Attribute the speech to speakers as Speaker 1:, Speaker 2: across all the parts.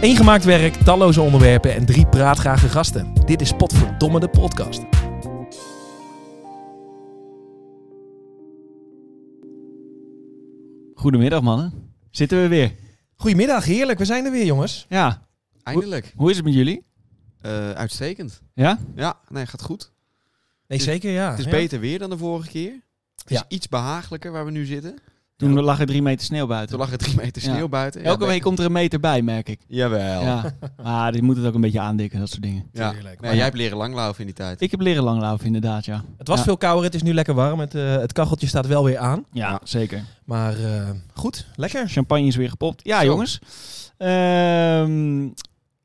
Speaker 1: Eén gemaakt werk, talloze onderwerpen en drie praatgrage gasten. Dit is Potverdomme de podcast.
Speaker 2: Goedemiddag mannen. Zitten we weer?
Speaker 1: Goedemiddag, heerlijk. We zijn er weer, jongens.
Speaker 2: Ja.
Speaker 3: Eindelijk.
Speaker 2: Hoe is het met jullie?
Speaker 3: Eh, uitstekend.
Speaker 2: Ja?
Speaker 3: Ja, nee, gaat goed.
Speaker 1: Nee,
Speaker 3: Het is-
Speaker 1: zeker, ja.
Speaker 3: Het is
Speaker 1: Ah, Ja.
Speaker 3: beter weer dan de vorige keer. Het is
Speaker 1: Ja.
Speaker 3: iets behagelijker waar we nu zitten.
Speaker 2: Toen lag er drie meter sneeuw
Speaker 3: Toen
Speaker 2: buiten.
Speaker 3: lag er drie meter
Speaker 2: Ja.
Speaker 3: sneeuw buiten. Ja,
Speaker 2: Elke
Speaker 3: be-
Speaker 2: week komt er een meter bij, merk ik.
Speaker 3: Jawel. Ja.
Speaker 2: Ja. Maar dit moet het ook een beetje aandikken, dat soort dingen.
Speaker 1: Tuurlijk.
Speaker 3: Nee, jij hebt leren langlaufen in die tijd.
Speaker 2: Ik heb leren langlaufen inderdaad, ja.
Speaker 1: Het was
Speaker 2: Ja.
Speaker 1: veel kouder, het is nu lekker warm. Het, eh, het kacheltje staat wel weer aan.
Speaker 2: Ja,
Speaker 3: Ja.
Speaker 2: zeker.
Speaker 1: Maar eh, goed, lekker.
Speaker 2: Champagne is weer gepopt. Ja,
Speaker 3: Zo.
Speaker 2: jongens. Ehm,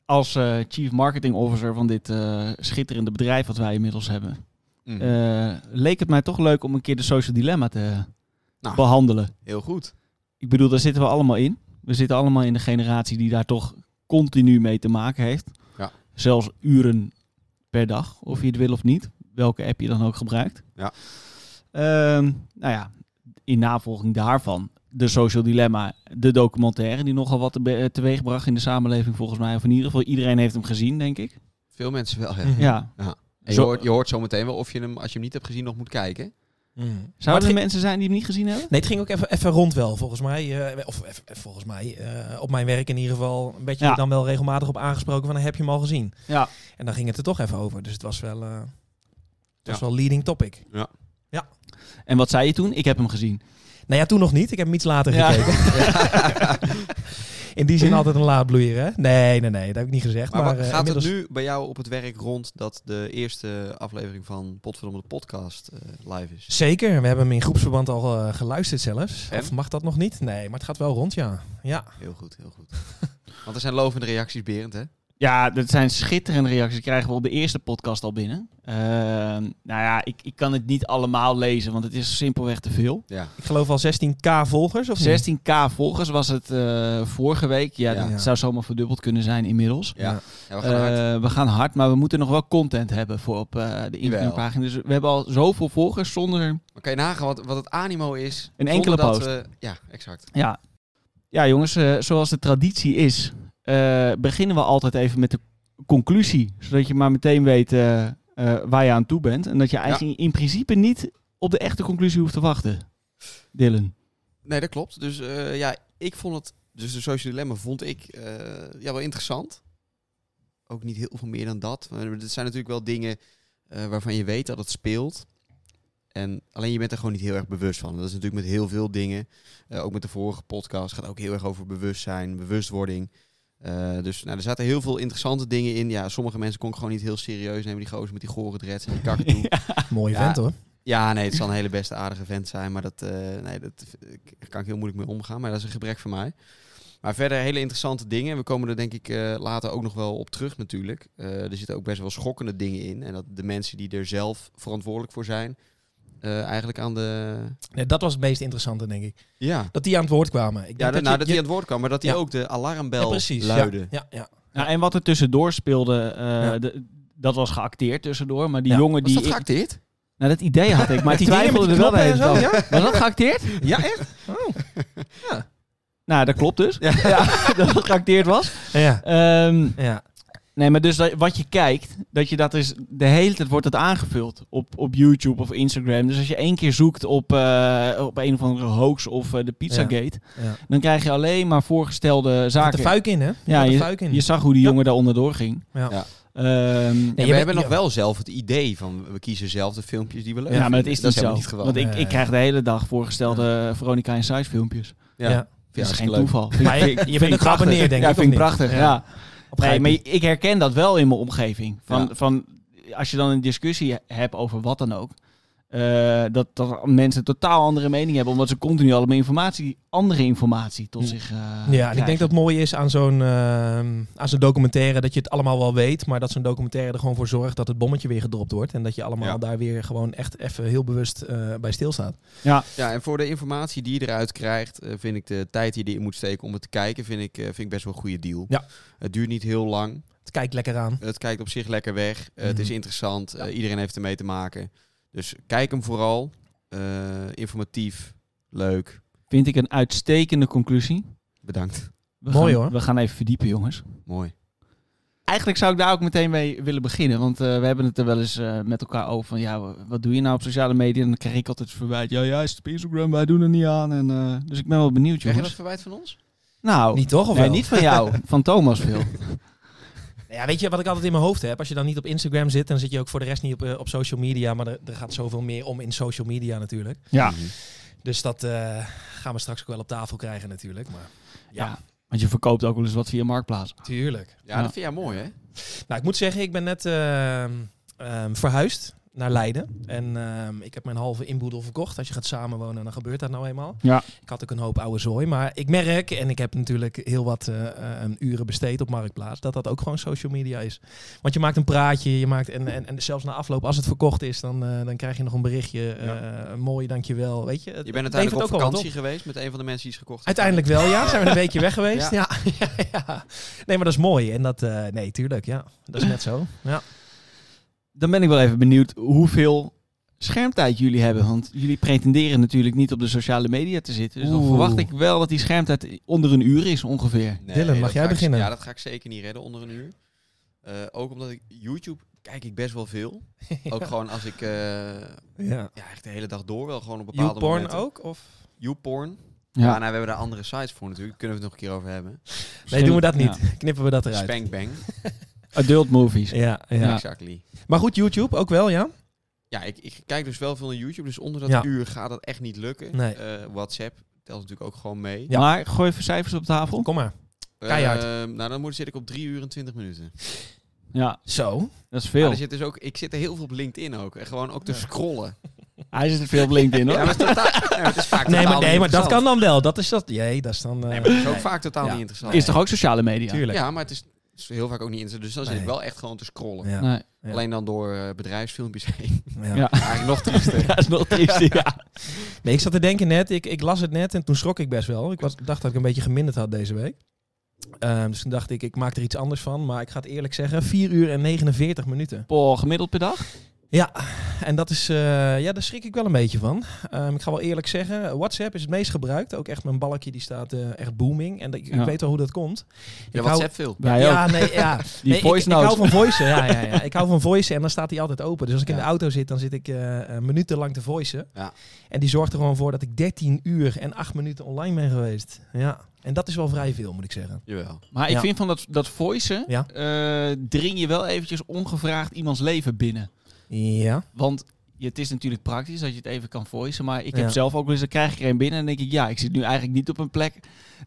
Speaker 2: als eh, chief marketing officer van dit eh, schitterende bedrijf wat wij inmiddels hebben,
Speaker 3: Mm.
Speaker 2: eh, leek het mij toch leuk om een keer de social dilemma te
Speaker 3: Nou.
Speaker 2: behandelen.
Speaker 3: Heel goed.
Speaker 2: Ik bedoel, daar zitten we allemaal in. We zitten allemaal in de generatie die daar toch continu mee te maken heeft.
Speaker 3: Ja.
Speaker 2: Zelfs uren per dag, of je het wil of niet. Welke app je dan ook gebruikt.
Speaker 3: Ja.
Speaker 2: Ehm, nou ja, in navolging daarvan. De Social Dilemma, de documentaire die nogal wat tebe- teweegbracht in de samenleving volgens mij. Of in ieder geval, iedereen heeft hem gezien, denk ik.
Speaker 3: Veel mensen wel. hè.
Speaker 1: Mhm.
Speaker 2: Ja.
Speaker 3: En je,
Speaker 2: Mm. Zo-
Speaker 3: hoort, je hoort zo meteen wel of je hem, als je hem niet hebt gezien, nog moet kijken.
Speaker 1: Mm. Maar het
Speaker 2: Zouden er
Speaker 1: ging-
Speaker 2: mensen zijn die hem niet gezien hebben?
Speaker 1: Nee, het ging ook even, even rond wel, volgens mij. eh, of even- even volgens mij, eh, op mijn werk in ieder geval, een beetje
Speaker 2: Ja.
Speaker 1: dan wel regelmatig op aangesproken van, heb je hem al gezien?
Speaker 2: Ja.
Speaker 1: En dan ging het er toch even over, dus het was wel, eh, het was
Speaker 3: Ja.
Speaker 1: wel leading topic.
Speaker 2: En wat zei je toen? Ik heb hem gezien.
Speaker 1: Nou ja, toen nog niet, ik heb hem iets later
Speaker 2: Ja.
Speaker 1: gekeken. in die zin altijd een laadbloeier, hè? Nee, nee, nee, dat heb ik niet gezegd.
Speaker 3: Maar,
Speaker 1: Maar,
Speaker 3: wat-
Speaker 1: eh,
Speaker 3: gaat
Speaker 1: inmiddels-
Speaker 3: het nu bij jou op het werk rond dat de eerste aflevering van Potverdomme de podcast eh, live is?
Speaker 1: Zeker, we hebben hem in groepsverband al eh, geluisterd zelfs.
Speaker 3: En?
Speaker 1: Of mag dat nog niet? Nee, maar het gaat wel rond, ja. Ja,
Speaker 3: Heel goed, heel goed. Want er zijn lovende reacties, Berend, hè?
Speaker 2: Ja, dat zijn schitterende reacties. Die krijgen we op de eerste podcast al binnen. Ehm, nou ja, ik, ik kan het niet allemaal lezen, want het is simpelweg te veel.
Speaker 3: Ja.
Speaker 1: ik geloof al 16k volgers, of niet?
Speaker 2: 16k volgers was het eh, vorige week. Ja,
Speaker 3: Ja.
Speaker 2: dat zou zomaar verdubbeld kunnen zijn inmiddels.
Speaker 3: Ja. Ja, we gaan
Speaker 2: Eh,
Speaker 3: hard.
Speaker 2: we gaan hard, maar we moeten nog wel content hebben voor op eh, de Instagram-pagina. Dus we hebben al zoveel volgers zonder...
Speaker 3: Maar kan je nagaan wat, wat het animo is?
Speaker 2: Een enkele
Speaker 3: zonder
Speaker 2: post.
Speaker 3: we- ja, exact.
Speaker 2: Ja, ja jongens, eh, zoals de traditie is, eh, beginnen we altijd even met de conclusie. Zodat je maar meteen weet eh, eh, waar je aan toe bent. En dat je eigenlijk in principe niet op de echte conclusie hoeft te wachten. Dylan.
Speaker 3: Nee, dat klopt. Dus eh, ja, ik vond het... Dus de Social Dilemma vond ik eh, ja, wel interessant. Ook niet heel veel meer dan dat. Maar het zijn natuurlijk wel dingen eh, waarvan je weet dat het speelt. En alleen je bent er gewoon niet heel erg bewust van. Dat is natuurlijk met heel veel dingen. Eh, ook met de vorige podcast gaat ook heel erg over bewustzijn, bewustwording. Eh, dus nou, er zaten heel veel interessante dingen in. Ja, sommige mensen kon ik gewoon niet heel serieus nemen. Die gozer met die gore dreads en die kakatoe.
Speaker 1: Mooi
Speaker 3: Ja.
Speaker 1: vent, hoor.
Speaker 3: Ja, nee, het zal een hele beste aardige vent zijn, maar dat, eh, nee, dat eh, k- kan ik heel moeilijk mee omgaan. Maar dat is een gebrek van mij. Maar verder hele interessante dingen. We komen er denk ik eh, later ook nog wel op terug natuurlijk. Eh, er zitten ook best wel schokkende dingen in. En dat de mensen die er zelf verantwoordelijk voor zijn, eh, eigenlijk aan de...
Speaker 1: Nee, dat was het meest interessante, denk ik.
Speaker 3: Ja,
Speaker 1: Dat die aan het woord kwamen. Ik denk
Speaker 3: ja dat,
Speaker 1: dat
Speaker 3: nou,
Speaker 1: je-
Speaker 3: dat
Speaker 1: je-
Speaker 3: die aan het woord kwam, maar dat die
Speaker 1: Ja.
Speaker 3: ook de alarmbel
Speaker 1: ja, precies, ja.
Speaker 3: luidde.
Speaker 1: Ja, ja.
Speaker 2: Nou, en wat er tussendoor speelde, eh,
Speaker 1: Ja.
Speaker 2: de- dat was geacteerd tussendoor. Maar die
Speaker 1: Ja.
Speaker 2: jongen
Speaker 3: Was
Speaker 2: die...
Speaker 3: dat
Speaker 2: ik-
Speaker 3: geacteerd?
Speaker 2: nou, dat idee had ik, maar ik
Speaker 1: Die dingen met
Speaker 2: twijfelde
Speaker 1: die
Speaker 2: er wel
Speaker 1: knoppen
Speaker 2: bij.
Speaker 1: en zo,
Speaker 2: Was
Speaker 1: ja?
Speaker 2: dat geacteerd?
Speaker 1: Ja, echt?
Speaker 2: Nou, dat klopt dus. Ja. dat het geacteerd was.
Speaker 1: Ja.
Speaker 2: Ehm,
Speaker 1: ja.
Speaker 2: Nee, maar dus dat- wat je kijkt, dat je dat is de hele tijd wordt het aangevuld op, op YouTube of Instagram. Dus als je één keer zoekt op, eh, op een of andere hoax of eh, de Pizzagate,
Speaker 1: ja.
Speaker 2: dan krijg je alleen maar voorgestelde
Speaker 1: Zat de
Speaker 2: zaken.
Speaker 1: fuik in, hè?
Speaker 2: ja,
Speaker 1: Zat de
Speaker 2: je,
Speaker 1: fuik in.
Speaker 2: je zag hoe die jongen daar onderdoor ging.
Speaker 1: Ja.
Speaker 3: Ja.
Speaker 2: Ehm,
Speaker 1: Nee,
Speaker 3: En
Speaker 1: je
Speaker 3: we
Speaker 1: bent-
Speaker 3: hebben nog
Speaker 1: ja.
Speaker 3: wel zelf het idee van, we kiezen zelf de filmpjes die we leuk
Speaker 2: ja, maar het
Speaker 3: vinden.
Speaker 2: is
Speaker 3: dat
Speaker 2: niet zo.
Speaker 3: helemaal niet gewoon.
Speaker 2: Want ik,
Speaker 1: Nee.
Speaker 2: ik krijg de hele dag voorgestelde Veronica en Size filmpjes.
Speaker 1: Ja.
Speaker 2: Dat is geen
Speaker 3: hartstikke leuk.
Speaker 2: toeval.
Speaker 1: Maar je- je bent ook geabonneerd, denk
Speaker 2: ja,
Speaker 1: ik,
Speaker 2: vind
Speaker 1: of
Speaker 2: ik
Speaker 1: niet?
Speaker 2: prachtig.
Speaker 1: Ja.
Speaker 2: ja. Nee,
Speaker 1: Opgrijpen.
Speaker 2: maar ik herken dat wel in mijn omgeving. Van,
Speaker 3: Ja.
Speaker 2: van, als je dan een discussie hebt over wat dan ook. eh, dat, dat mensen totaal andere mening hebben. Omdat ze continu allemaal informatie, andere informatie tot
Speaker 3: Ja.
Speaker 2: zich eh
Speaker 1: Ja, en ik
Speaker 2: krijgen.
Speaker 1: denk dat het mooie is aan zo'n ehm, aan zo'n documentaire dat je het allemaal wel weet, maar dat zo'n documentaire er gewoon voor zorgt dat het bommetje weer gedropt wordt en dat je allemaal
Speaker 3: Ja.
Speaker 1: daar weer gewoon echt even heel bewust eh, bij stilstaat.
Speaker 3: Ja, en voor de informatie die je eruit krijgt, eh, vind ik de tijd die je erin moet steken om het te kijken, vind ik, eh, vind ik best wel een goede deal.
Speaker 1: Ja.
Speaker 3: Het duurt niet heel lang.
Speaker 1: Het kijkt lekker aan.
Speaker 3: Het kijkt op zich lekker weg. Eh, Het is
Speaker 1: Mhm.
Speaker 3: interessant. Eh, iedereen heeft ermee te maken. Dus kijk hem vooral. Eh, informatief. Leuk.
Speaker 2: Vind ik een uitstekende conclusie.
Speaker 3: Bedankt.
Speaker 2: We
Speaker 1: Mooi,
Speaker 2: gaan,
Speaker 1: hoor.
Speaker 2: We gaan even verdiepen, jongens.
Speaker 3: Mooi.
Speaker 2: Eigenlijk zou ik daar ook meteen mee willen beginnen. Want eh, we hebben het er wel eens eh, met elkaar over van... Ja, wa- wat doe je nou op sociale media? En dan krijg ik altijd verwijt. Ja, ja, is het op Instagram. Wij doen er niet aan. En, eh, dus ik ben wel benieuwd,
Speaker 3: Krijg je
Speaker 2: jongens.
Speaker 3: dat verwijt van ons?
Speaker 2: Nou,
Speaker 1: Niet toch? Of
Speaker 2: nee,
Speaker 1: wel?
Speaker 2: niet van jou. van Thomas veel.
Speaker 1: Ja, weet je wat ik altijd in mijn hoofd heb? Als je dan niet op Instagram zit, dan zit je ook voor de rest niet op, eh, op social media. Maar er, er gaat zoveel meer om in social media natuurlijk.
Speaker 2: Ja.
Speaker 3: Mhm.
Speaker 1: Dus dat eh, gaan we straks ook wel op tafel krijgen natuurlijk. Maar
Speaker 2: Ja.
Speaker 1: ja,
Speaker 2: Want je verkoopt ook wel eens wat via Marktplaats.
Speaker 1: tuurlijk.
Speaker 3: Ja,
Speaker 2: Ja.
Speaker 3: dat vind jij mooi, hè?
Speaker 1: Nou, ik moet zeggen, ik ben net ehm, ehm, verhuisd naar Leiden. En ehm, ik heb mijn halve inboedel verkocht. Als je gaat samenwonen, dan gebeurt dat nou eenmaal.
Speaker 2: Ja.
Speaker 1: Ik had ook een hoop oude zooi. Maar ik merk, en ik heb natuurlijk heel wat eh, ehm, uren besteed op Marktplaats, dat dat ook gewoon social media is. Want je maakt een praatje, je maakt, en, en, en zelfs na afloop, als het verkocht is, dan, eh, dan krijg je nog een berichtje. eh een mooi, dankjewel. Weet je, het
Speaker 3: Je bent
Speaker 1: levert
Speaker 3: uiteindelijk op
Speaker 1: ook al wat
Speaker 3: vakantie geweest met een van de mensen die is gekocht. heeft.
Speaker 1: Uiteindelijk wel, ja. Zijn we een weekje weg geweest. Ja. Ja, ja, Nee, maar dat is mooi. En dat, eh, nee, tuurlijk, ja. Dat is net zo. Ja.
Speaker 2: Dan ben ik wel even benieuwd hoeveel schermtijd jullie hebben. Want jullie pretenderen natuurlijk niet op de sociale media te zitten. Dus dan
Speaker 1: Oeh.
Speaker 2: verwacht ik wel dat die schermtijd onder een uur is ongeveer.
Speaker 3: Nee,
Speaker 1: Dylan, mag
Speaker 3: dat
Speaker 1: jij
Speaker 3: ga ik-
Speaker 1: beginnen?
Speaker 3: ja, dat ga ik zeker niet redden onder een uur. Eh, ook omdat ik YouTube kijk ik best wel veel. Ook gewoon als ik eh,
Speaker 1: Ja.
Speaker 3: ja, echt de hele dag door wel gewoon op bepaalde
Speaker 1: YouPorn
Speaker 3: momenten.
Speaker 1: ook? Of?
Speaker 3: YouPorn. Ja.
Speaker 2: Ja.
Speaker 3: nou, we hebben daar andere sites voor natuurlijk. Kunnen we het nog een keer over hebben.
Speaker 1: Nee, doen we dat niet.
Speaker 2: Ja.
Speaker 1: Knippen we dat eruit.
Speaker 3: Spankbang.
Speaker 2: Adult movies.
Speaker 1: Ja, ja.
Speaker 2: Ja.
Speaker 3: Exactly.
Speaker 1: Maar goed, YouTube ook wel, ja?
Speaker 3: Ja, ik, ik kijk dus wel veel naar YouTube. Dus onder dat
Speaker 1: Ja.
Speaker 3: uur gaat dat echt niet lukken.
Speaker 1: Nee.
Speaker 3: Eh, WhatsApp telt natuurlijk ook gewoon mee.
Speaker 1: Ja.
Speaker 2: Maar gooi even cijfers op tafel.
Speaker 1: Kom maar. keihard.
Speaker 3: Eh, nou, dan moet, zit ik op 3 uur en 20 minuten.
Speaker 2: Ja,
Speaker 1: Zo.
Speaker 2: dat is
Speaker 3: Maar
Speaker 2: veel.
Speaker 3: er zit dus ook, ik zit er heel veel op LinkedIn ook. En gewoon ook te scrollen.
Speaker 2: Hij zit er veel op LinkedIn hoor.
Speaker 3: Ja, maar het is, totaal, nee, maar het is vaak
Speaker 1: Nee,
Speaker 3: totaal
Speaker 1: maar, nee,
Speaker 3: niet
Speaker 1: maar dat kan
Speaker 3: interessant.
Speaker 1: dan wel. Dat is dat. Jee, dat is dan... eh,
Speaker 3: Nee, maar het is ook
Speaker 1: nee.
Speaker 3: vaak totaal
Speaker 1: Ja.
Speaker 3: niet interessant.
Speaker 2: Is toch ook sociale media?
Speaker 1: Tuurlijk.
Speaker 3: Ja, maar het is, het is heel vaak ook niet interessant. Dus dan zit
Speaker 1: Nee.
Speaker 3: ik wel echt gewoon te scrollen.
Speaker 1: Ja.
Speaker 2: Nee.
Speaker 1: Ja.
Speaker 3: Alleen dan door eh, bedrijfsfilmpjes heen.
Speaker 1: Ja.
Speaker 2: Ja.
Speaker 3: Eigenlijk nog triester.
Speaker 2: Ja, is nog triest. Ja.
Speaker 1: Nee, ik zat te denken net, ik, ik las het net en toen schrok ik best wel. Ik was, dacht dat ik een beetje geminderd had deze week. Ehm, dus toen dacht ik, ik maak er iets anders van. Maar ik ga het eerlijk zeggen, 4 uur en 49 minuten.
Speaker 2: Boah, gemiddeld per dag?
Speaker 1: Ja, en dat is, eh, ja, daar schrik ik wel een beetje van. Ehm, ik ga wel eerlijk zeggen, WhatsApp is het meest gebruikt. Ook echt mijn balkje, die staat eh, echt booming. En dat- ik, ik
Speaker 2: Ja.
Speaker 1: weet wel hoe dat komt.
Speaker 3: Ja,
Speaker 1: Ik
Speaker 3: WhatsApp veel.
Speaker 2: Wij
Speaker 1: ja, nee, ja.
Speaker 2: Die
Speaker 1: Nee, ik-
Speaker 2: voice
Speaker 1: ik,
Speaker 2: notes.
Speaker 1: hou van voicen, ja, ja, ja. Ik hou van voicen en dan staat hij altijd open. Dus als ik in
Speaker 3: Ja.
Speaker 1: de auto zit, dan zit ik eh, eh, minutenlang te voicen.
Speaker 3: Ja.
Speaker 1: En die zorgt er gewoon voor dat ik 13 uur en 8 minuten online ben geweest. Ja. En dat is wel vrij veel, moet ik zeggen.
Speaker 3: Jawel.
Speaker 2: Maar ik
Speaker 1: Ja.
Speaker 2: vind van dat, dat voicen,
Speaker 1: Ja.
Speaker 2: eh, dring je wel eventjes ongevraagd iemands leven binnen.
Speaker 1: Ja.
Speaker 2: Want je- het is natuurlijk praktisch dat je het even kan voicen. Maar ik heb
Speaker 1: Ja.
Speaker 2: zelf ook wel eens, dan krijg ik er een binnen en dan denk ik, ja, ik zit nu eigenlijk niet op een plek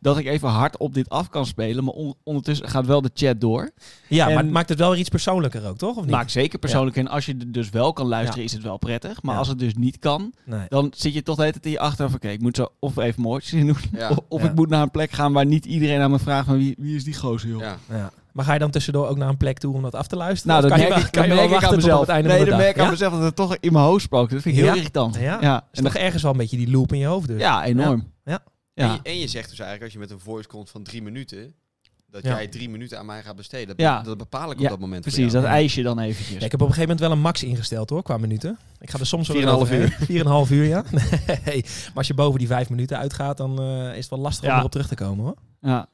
Speaker 2: dat ik even hard op dit af kan spelen. Maar on- ondertussen gaat wel de chat door.
Speaker 1: Ja,
Speaker 2: En-
Speaker 1: maar het maakt het wel weer iets persoonlijker ook, toch? Of niet?
Speaker 2: Maakt zeker persoonlijk. En als je er dus wel kan luisteren, is het wel prettig. Maar
Speaker 1: Ja.
Speaker 2: als het dus niet kan,
Speaker 1: Nee.
Speaker 2: dan zit je toch de hele tijd in je achterhoofd. Oké, ik moet zo of even moordjes in doen.
Speaker 3: Ja.
Speaker 2: o- Of
Speaker 1: Ja.
Speaker 2: ik moet naar een plek gaan waar niet iedereen aan me vraagt van wie, wie is die gozer, joh.
Speaker 3: Ja.
Speaker 1: Ja. Maar ga je dan tussendoor ook naar een plek toe om dat af te luisteren?
Speaker 2: Nou,
Speaker 1: Of
Speaker 2: dat
Speaker 1: kan
Speaker 2: merk
Speaker 1: je, wel-
Speaker 2: ik,
Speaker 1: kan
Speaker 2: dat
Speaker 1: je
Speaker 2: merk
Speaker 1: wel
Speaker 2: ik
Speaker 1: wachten
Speaker 2: aan
Speaker 1: tot op
Speaker 2: mezelf.
Speaker 1: het einde
Speaker 2: Nee,
Speaker 1: van de
Speaker 2: dat
Speaker 1: dag.
Speaker 2: merk ik
Speaker 1: ja?
Speaker 2: aan mezelf dat het toch in mijn hoofd spookt. Dat vind ik heel
Speaker 1: Ja.
Speaker 2: irritant.
Speaker 1: Ja. Is
Speaker 2: en dan,
Speaker 1: toch ergens wel een beetje die loop in je hoofd dus?
Speaker 2: ja enorm.
Speaker 1: Ja.
Speaker 2: Ja.
Speaker 3: En, je, en je zegt dus eigenlijk, als je met een voice komt van drie minuten, dat
Speaker 1: Ja.
Speaker 3: jij drie minuten aan mij gaat besteden. Dat,
Speaker 2: Ja.
Speaker 3: dat bepaal ik op
Speaker 2: Ja,
Speaker 3: dat moment. voor
Speaker 2: Precies,
Speaker 3: jou.
Speaker 2: dat ijsje dan eventjes.
Speaker 1: Ja, ik heb op een gegeven moment wel een max ingesteld hoor, qua minuten. Ik ga er soms wel
Speaker 3: 4,5
Speaker 1: overheen. 4,5 uur, ja. Nee. Maar als je boven die vijf minuten uitgaat, dan eh, is het wel lastig
Speaker 2: Ja.
Speaker 1: om erop terug te komen hoor.
Speaker 2: Ja.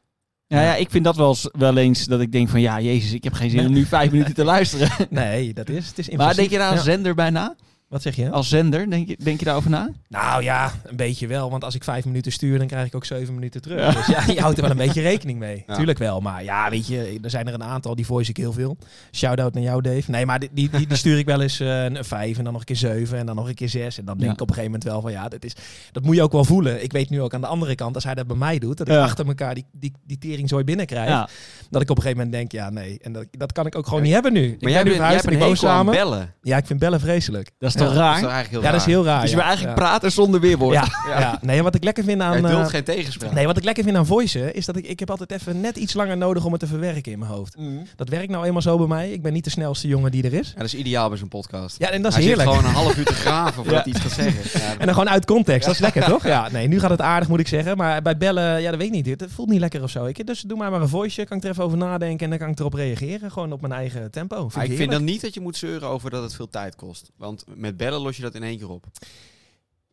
Speaker 2: Ja, ja, ik vind dat wel eens, wel eens dat ik denk van ja, Jezus, ik heb geen zin om nu vijf minuten te luisteren.
Speaker 1: Nee, dat is. Het is
Speaker 2: Maar denk je nou daar
Speaker 1: daar
Speaker 2: als zender bij na?
Speaker 1: Wat zeg je?
Speaker 2: Als zender, denk je, denk je daarover na?
Speaker 1: Nou ja, een beetje wel. Want als ik vijf minuten stuur, dan krijg ik ook zeven minuten terug.
Speaker 2: Ja.
Speaker 1: Dus ja, je houdt er wel een beetje rekening mee.
Speaker 3: Ja.
Speaker 1: Tuurlijk wel. Maar ja, weet je, er zijn er een aantal, die voice ik heel veel. Shout-out naar jou, Dave. Nee, maar die, die, die die stuur ik wel eens eh, een vijf en dan nog een keer zeven en dan nog een keer zes. En dan denk
Speaker 2: Ja.
Speaker 1: ik op een gegeven moment wel van ja, dat, is, dat moet je ook wel voelen. Ik weet nu ook aan de andere kant, als hij dat bij mij doet, dat ik
Speaker 2: Ja.
Speaker 1: achter elkaar die, die, die teringzooi binnenkrijg.
Speaker 2: Ja.
Speaker 1: Dat ik op een gegeven moment denk, ja nee, en dat, dat kan ik ook gewoon niet hebben nu.
Speaker 3: Maar
Speaker 1: ik
Speaker 3: jij
Speaker 1: ben nu
Speaker 3: bent, jij
Speaker 1: verhuisd
Speaker 3: hebt
Speaker 1: en ik
Speaker 3: een
Speaker 1: woon
Speaker 3: hekel
Speaker 1: samen.
Speaker 3: aan bellen.
Speaker 1: Ja, ik vind bellen vreselijk.
Speaker 2: Dat is toch
Speaker 1: Ja.
Speaker 3: Dat is
Speaker 2: raar?
Speaker 3: toch eigenlijk heel
Speaker 1: Ja, dat is
Speaker 3: raar.
Speaker 1: heel raar.
Speaker 2: dus je
Speaker 1: ja.
Speaker 2: wil eigenlijk
Speaker 1: ja.
Speaker 2: praten zonder weerwoord.
Speaker 1: Ja, ja. nee, wat ik lekker vind aan...
Speaker 3: Hij
Speaker 1: eh,
Speaker 3: duldt geen tegenspraak.
Speaker 1: Nee, wat ik lekker vind aan voicen is dat ik, ik heb altijd even net iets langer nodig om het te verwerken in mijn hoofd.
Speaker 3: Mhm.
Speaker 1: Dat werkt nou eenmaal zo bij mij. Ik ben niet de snelste jongen die er is.
Speaker 3: Ja, dat is ideaal bij zo'n podcast.
Speaker 1: Ja, en dat is
Speaker 3: Hij zit
Speaker 1: heerlijk.
Speaker 3: gewoon een half uur te graven voordat
Speaker 2: Ja.
Speaker 3: hij iets gaat zeggen. Ja,
Speaker 1: En dan gewoon uit context. Dat is lekker, toch? Ja, nee, nu gaat het aardig, moet ik zeggen. Maar bij bellen, ja, dat weet ik niet. Het voelt niet lekker of zo. Ik, dus doe maar maar een voiceje. Kan ik er even over nadenken en dan kan ik erop reageren. Gewoon op mijn eigen tempo. Vind
Speaker 3: Maar
Speaker 1: ik
Speaker 3: ik vind
Speaker 1: heerlijk.
Speaker 3: dan niet dat je moet zeuren over dat het veel tijd kost. Want met bellen los je dat in één keer op.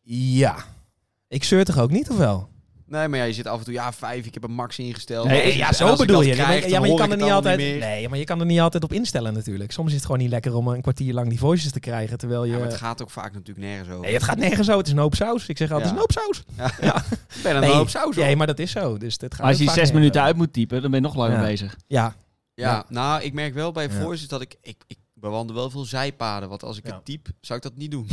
Speaker 1: Ja. Ik zeur toch ook niet, of wel?
Speaker 3: Nee, maar ja, je zit af en toe, ja, vijf, ik heb een max ingesteld.
Speaker 1: Nee,
Speaker 3: Als ik-
Speaker 1: ja,
Speaker 3: en
Speaker 1: zo
Speaker 3: als ik
Speaker 1: bedoel
Speaker 3: dat
Speaker 1: je. Ja,
Speaker 3: krijg,
Speaker 1: maar, ja, maar je
Speaker 3: hoor
Speaker 1: kan
Speaker 3: ik
Speaker 1: er
Speaker 3: het
Speaker 1: niet
Speaker 3: allemaal
Speaker 1: altijd,
Speaker 3: meer.
Speaker 1: nee, maar je kan er niet altijd op instellen natuurlijk. Soms is het gewoon niet lekker om een kwartier lang die voices te krijgen, terwijl je...
Speaker 3: Ja, maar het gaat ook vaak natuurlijk nergens over.
Speaker 1: Nee, het gaat nergens zo. Het is een hoop saus. Ik zeg altijd,
Speaker 3: Ja.
Speaker 1: het is een hoop saus.
Speaker 3: Ik ben aan
Speaker 1: Nee,
Speaker 3: een hoop saus.
Speaker 1: Nee,
Speaker 3: op.
Speaker 1: maar dat is zo. Dus dit gaat
Speaker 2: Maar als je
Speaker 1: ook vaak
Speaker 2: zes
Speaker 1: nergens
Speaker 2: minuten
Speaker 1: over.
Speaker 2: uit moet typen, dan ben je nog langer
Speaker 1: Ja.
Speaker 2: bezig.
Speaker 1: Ja,
Speaker 3: Ja,
Speaker 1: Ja.
Speaker 3: nou, ik merk wel bij
Speaker 1: Ja.
Speaker 3: voices dat ik, ik... Ik bewandel wel veel zijpaden, want als ik
Speaker 1: Ja.
Speaker 3: het typ, zou ik dat niet doen.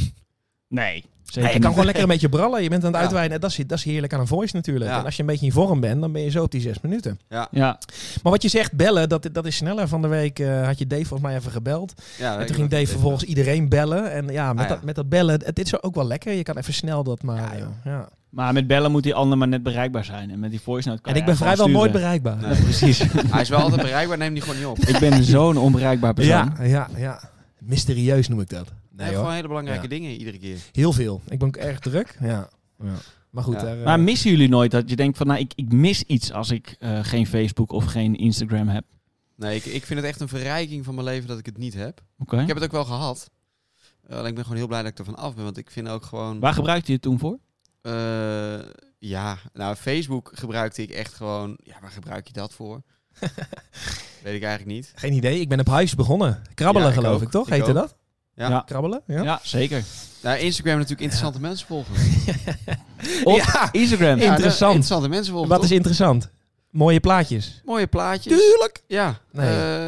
Speaker 2: Nee, zeker
Speaker 1: Ja, je
Speaker 2: niet.
Speaker 1: kan gewoon lekker een beetje brallen. Je bent aan het
Speaker 3: Ja.
Speaker 1: uitweiden. Dat is, dat is heerlijk aan een voice natuurlijk.
Speaker 3: Ja.
Speaker 1: En als je een beetje in vorm bent, dan ben je zo op die zes minuten.
Speaker 2: Ja,
Speaker 1: Maar wat je zegt, bellen, dat, dat is sneller. Van de week eh, had je Dave volgens mij even gebeld.
Speaker 3: Ja,
Speaker 1: en
Speaker 3: ik-
Speaker 1: toen ging Dave vervolgens iedereen bellen. En ja, met,
Speaker 3: Ah, ja.
Speaker 1: Dat, met dat bellen, het is ook wel lekker. Je kan even snel dat maar...
Speaker 3: Ja,
Speaker 1: eh,
Speaker 3: joh.
Speaker 1: ja.
Speaker 2: maar met bellen moet die ander maar net bereikbaar zijn. En met die voice note kan
Speaker 1: En ik ben vrijwel nooit bereikbaar.
Speaker 3: Nee.
Speaker 2: bereikbaar. Precies.
Speaker 3: Hij is wel altijd bereikbaar, neem die gewoon niet op.
Speaker 2: ik ben zo'n onbereikbaar persoon.
Speaker 1: Ja, ja, ja. Mysterieus noem ik dat.
Speaker 3: Nee,
Speaker 1: Nee hoor.
Speaker 3: gewoon hele belangrijke
Speaker 1: Ja.
Speaker 3: dingen iedere keer.
Speaker 1: Heel veel. Ik ben ook erg druk. Ja. ja. Maar goed,
Speaker 3: Ja.
Speaker 1: daar... eh,
Speaker 2: Maar missen jullie nooit dat je denkt van, nou, ik, ik mis iets als ik eh, geen Facebook of geen Instagram heb?
Speaker 3: Nee, ik, ik vind het echt een verrijking van mijn leven dat ik het niet heb.
Speaker 2: Oké.
Speaker 1: Hm?
Speaker 3: Ik heb het ook wel gehad. Eh, Alleen ik ben gewoon heel blij dat ik er van af ben. Want ik vind ook gewoon...
Speaker 2: Waar gebruikte je het toen voor?
Speaker 3: Eh, ja, nou, Facebook gebruikte ik echt gewoon. Ja, waar gebruik je dat voor? Weet ik eigenlijk niet.
Speaker 1: geen idee. Ik ben op huis begonnen. Krabbelen
Speaker 3: Ja, ik
Speaker 1: geloof
Speaker 3: ook.
Speaker 1: ik, toch?
Speaker 3: Ik
Speaker 1: Heette
Speaker 3: ook.
Speaker 1: dat?
Speaker 3: Ja.
Speaker 2: Ja.
Speaker 1: Krabbelen? Ja.
Speaker 2: Ja, zeker.
Speaker 3: Nou, Instagram natuurlijk interessante mensen volgen.
Speaker 2: Of Instagram.
Speaker 3: Ja,
Speaker 1: Interessant.
Speaker 3: Interessante mensen volgen.
Speaker 1: Wat is
Speaker 3: toch?
Speaker 1: interessant? Mooie plaatjes.
Speaker 3: Mooie plaatjes.
Speaker 1: Tuurlijk.
Speaker 3: Ja.
Speaker 1: Nee.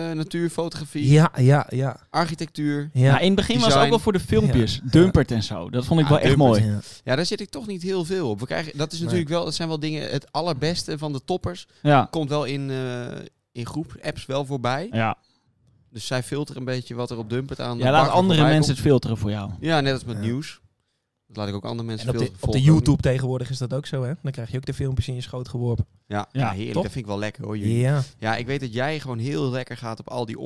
Speaker 3: Eh, natuurfotografie,
Speaker 1: Ja, ja, ja.
Speaker 3: architectuur.
Speaker 2: Ja,
Speaker 1: ja.
Speaker 2: Nou, in het begin was
Speaker 3: Design.
Speaker 2: het ook wel voor de filmpjes. Dumpert en zo. Dat vond ik
Speaker 3: Ja,
Speaker 2: wel echt
Speaker 3: Dumpert.
Speaker 2: mooi.
Speaker 1: Ja.
Speaker 3: Ja, daar zit ik toch niet heel veel op. We krijgen, dat is natuurlijk wel, dat zijn wel dingen. Het allerbeste van de toppers
Speaker 2: Ja.
Speaker 3: komt wel in, eh, in groep apps wel voorbij.
Speaker 2: Ja,
Speaker 3: Dus zij filteren een beetje wat er op Dumpert aan. de
Speaker 2: ja laat
Speaker 3: bakker
Speaker 2: andere
Speaker 3: voorbij
Speaker 2: mensen het filteren voor jou.
Speaker 3: komt. Ja, net als met
Speaker 1: Ja.
Speaker 3: nieuws. Dat laat ik ook andere mensen
Speaker 1: En op de,
Speaker 3: filteren,
Speaker 1: op de
Speaker 3: volgen ook niet.
Speaker 1: YouTube tegenwoordig is dat ook zo, hè? Dan krijg je ook de filmpjes in je schoot geworpen.
Speaker 3: Ja,
Speaker 2: Ja,
Speaker 3: ja, heerlijk.
Speaker 1: toch?
Speaker 3: Dat vind ik wel lekker hoor. Jullie.
Speaker 1: Ja,
Speaker 3: Ja, ik weet dat jij gewoon heel lekker gaat op al die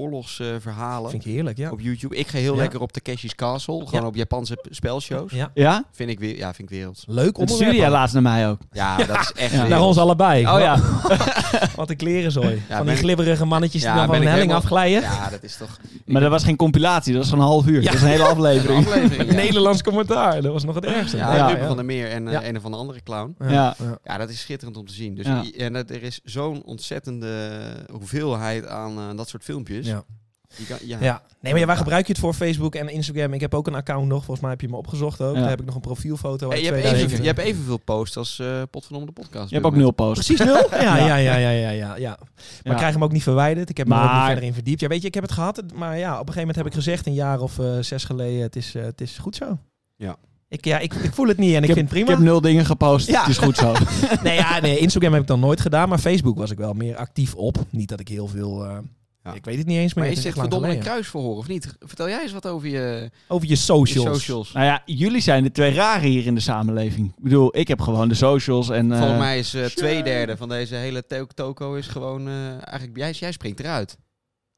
Speaker 3: oorlogsverhalen
Speaker 1: vind ik heerlijk, ja.
Speaker 3: op YouTube. Ik ga heel
Speaker 1: Ja.
Speaker 3: lekker op Takeshi's Castle, gewoon
Speaker 1: Ja.
Speaker 3: op Japanse p- spelshows.
Speaker 1: ja.
Speaker 2: Ja?
Speaker 3: Vind ik weer, ja, vind ik werelds.
Speaker 1: Leuk
Speaker 2: Dat stuurde jij
Speaker 1: onderwerp.
Speaker 2: laatst naar mij ook.
Speaker 3: Ja, dat is echt.
Speaker 2: Ja.
Speaker 3: werelds.
Speaker 1: Naar ons allebei.
Speaker 2: Oh ja.
Speaker 1: Wat een klerenzooi. Van
Speaker 3: ben
Speaker 1: die
Speaker 3: ik-
Speaker 1: glibberige mannetjes
Speaker 3: Ja,
Speaker 1: die dan
Speaker 3: ben
Speaker 1: van een
Speaker 3: ik
Speaker 1: helling
Speaker 3: helemaal-
Speaker 1: afglijden.
Speaker 3: Ja, dat is toch
Speaker 2: Maar dat was geen compilatie, dat was gewoon een half uur.
Speaker 1: Ja.
Speaker 2: Dat is een hele
Speaker 3: een
Speaker 2: aflevering.
Speaker 3: aflevering. Ja,
Speaker 1: Nederlands commentaar, dat was nog het ergste.
Speaker 3: ja,
Speaker 2: Ja,
Speaker 3: Ruben van der Meer en eh,
Speaker 1: Ja.
Speaker 3: een of andere clown.
Speaker 2: Ja.
Speaker 3: Ja, dat is schitterend om te zien. Dus
Speaker 2: Ja.
Speaker 3: i- en dat- er is zo'n ontzettende hoeveelheid aan eh, dat soort filmpjes.
Speaker 1: Ja.
Speaker 3: Je kan- ja.
Speaker 1: Ja, nee, maar ja, waar gebruik je het voor? Facebook en Instagram. Ik heb ook een account nog. Volgens mij heb je me opgezocht ook.
Speaker 2: Ja.
Speaker 1: Daar heb ik nog een profielfoto.
Speaker 3: Hey,
Speaker 1: uit
Speaker 3: je, hebt
Speaker 1: 2000.
Speaker 3: even, je hebt evenveel posts als eh Potverdomme de podcast.
Speaker 2: Je hebt ook nul posts.
Speaker 1: Precies nul? Ja, ja, ja, ja, ja, ja, ja. Maar
Speaker 2: Ja.
Speaker 1: ik krijg hem ook niet verwijderd. Ik heb me er ook niet
Speaker 2: Maar-
Speaker 1: verder in verdiept. Ja, weet je, ik heb het gehad. Maar ja, op een gegeven moment heb ik gezegd, een jaar of eh, zes geleden, het is, eh, het is goed zo.
Speaker 3: Ja.
Speaker 1: Ik, ja, ik, ik voel het niet en ik,
Speaker 2: heb,
Speaker 1: vind het
Speaker 2: Ik
Speaker 1: prima.
Speaker 2: heb nul dingen gepost,
Speaker 1: Ja.
Speaker 2: het is goed zo.
Speaker 1: Nee, ja, nee, Instagram heb ik dan nooit gedaan, maar Facebook was ik wel meer actief op. Niet dat ik heel veel... eh,
Speaker 3: Ja.
Speaker 1: Ik weet het niet eens meer.
Speaker 3: Maar
Speaker 1: het
Speaker 3: is dit
Speaker 1: echt lang
Speaker 3: verdomme een
Speaker 1: geleden.
Speaker 3: kruisverhoor of niet? Vertel jij eens wat over je,
Speaker 1: Over je
Speaker 3: je
Speaker 1: socials.
Speaker 3: socials.
Speaker 2: nou ja, jullie zijn de twee raren hier in de samenleving. Ik bedoel, ik heb gewoon de socials en... eh,
Speaker 3: Volgens mij is eh, twee derde van deze hele to- toko is gewoon eh, eigenlijk jij, jij springt eruit.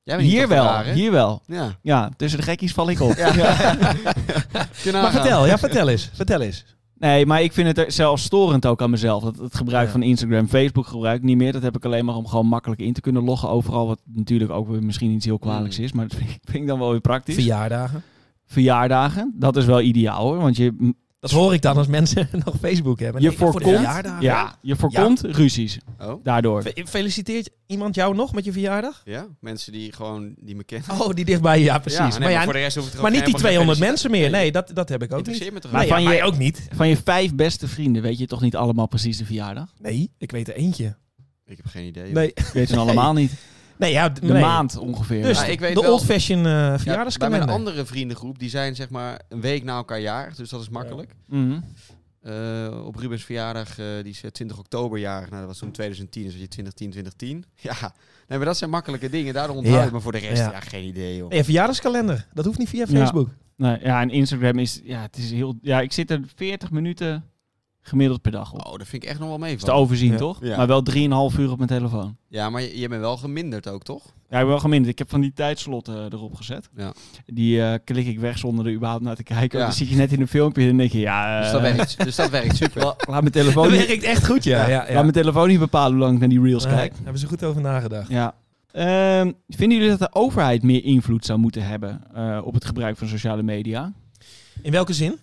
Speaker 3: Jij bent niet
Speaker 2: hier
Speaker 3: toch
Speaker 2: wel,
Speaker 3: raar, hè?
Speaker 2: hier wel.
Speaker 3: Ja.
Speaker 2: Ja, tussen de gekkies val ik op.
Speaker 3: Ja.
Speaker 1: Maar vertel, ja, vertel eens. Vertel eens.
Speaker 2: Nee, maar ik vind het er zelfs storend ook aan mezelf. Dat het gebruik
Speaker 1: Ja.
Speaker 2: van Instagram, Facebook gebruik ik niet meer. Dat heb ik alleen maar om gewoon makkelijk in te kunnen loggen overal. Wat natuurlijk ook weer misschien iets heel kwalijks
Speaker 3: Mm.
Speaker 2: is. Maar dat vind ik- vind ik dan wel weer praktisch.
Speaker 1: Verjaardagen.
Speaker 2: Verjaardagen, dat is wel ideaal hoor. Want je,
Speaker 1: Dat hoor ik dan als mensen nog Facebook hebben.
Speaker 2: Je
Speaker 1: Nee, voor de
Speaker 2: voorkomt-
Speaker 1: verjaardagen.
Speaker 2: ja, je voorkomt ruzies
Speaker 3: Oh,
Speaker 2: daardoor.
Speaker 1: Fe- Feliciteert iemand jou nog met je verjaardag?
Speaker 3: ja. Mensen die gewoon, die me kennen.
Speaker 1: Oh, die dichtbij je, ja, precies.
Speaker 3: Ja, nee,
Speaker 1: maar, ja,
Speaker 3: voor de rest hoeft het er
Speaker 1: maar
Speaker 3: ook
Speaker 1: niet die
Speaker 3: helemaal
Speaker 1: 200
Speaker 3: geen
Speaker 1: mensen meer.
Speaker 3: Nee.
Speaker 1: Nee, dat, dat heb ik ook niet.
Speaker 3: Interesseert me toch
Speaker 1: Maar
Speaker 3: ook?
Speaker 2: van
Speaker 1: ja,
Speaker 2: je-
Speaker 1: mij ook niet.
Speaker 2: Van je vijf beste vrienden weet je toch niet allemaal precies de verjaardag?
Speaker 1: Nee, ik weet er eentje.
Speaker 3: Ik heb geen idee. joh.
Speaker 1: Nee,
Speaker 2: Ik weet ze allemaal niet.
Speaker 1: nee ja, d-
Speaker 2: De
Speaker 1: nee.
Speaker 2: maand ongeveer.
Speaker 1: Dus
Speaker 3: Ja, ik weet
Speaker 1: de
Speaker 3: wel-
Speaker 1: old-fashioned eh
Speaker 3: Ja, bij mijn
Speaker 1: verjaardagskalender.
Speaker 3: andere vriendengroep, die zijn zeg maar een week na elkaar jarig, dus dat is makkelijk.
Speaker 2: Mhm.
Speaker 3: Eh, op Rubens verjaardag, eh, die is eh, 20 oktober jarig. Nou, dat was toen 2010, dus dat je 2010, 2010. Ja, nee, maar dat zijn makkelijke dingen. Daardoor onthoud
Speaker 1: Ja.
Speaker 3: ik me voor de rest.
Speaker 1: Ja.
Speaker 3: Ja, geen idee, joh.
Speaker 1: Nee, een verjaardagskalender. Dat hoeft niet via
Speaker 2: Ja.
Speaker 1: Facebook.
Speaker 2: Nee, ja, en Instagram is, ja, het is heel, ja, ik zit er 40 minuten gemiddeld per dag op.
Speaker 3: Oh, dat vind ik echt nog wel mee
Speaker 2: is te
Speaker 3: van.
Speaker 2: overzien,
Speaker 1: Ja.
Speaker 2: toch?
Speaker 3: Ja.
Speaker 2: Maar wel 3,5 uur op mijn telefoon.
Speaker 3: Ja, maar je, je bent wel geminderd ook, toch?
Speaker 2: Ja, ik ben wel geminderd. Ik heb van die tijdslotten eh, erop gezet.
Speaker 3: Ja.
Speaker 2: Die eh, klik ik weg zonder er überhaupt naar te kijken.
Speaker 3: Ja.
Speaker 2: Dan zit je net in een filmpje en dan denk je, ja, eh,
Speaker 3: Dus dat werkt, dus dat werkt super.
Speaker 2: laat mijn telefoon
Speaker 1: Dat
Speaker 2: niet,
Speaker 1: werkt echt goed, ja. ja, ja,
Speaker 2: laat mijn telefoon niet bepalen hoe lang ik naar die reels
Speaker 1: Nee,
Speaker 2: kijk.
Speaker 1: hebben ze goed over nagedacht.
Speaker 2: Ja. Ehm, vinden jullie dat de overheid meer invloed zou moeten hebben eh, op het gebruik van sociale media?
Speaker 1: In welke zin?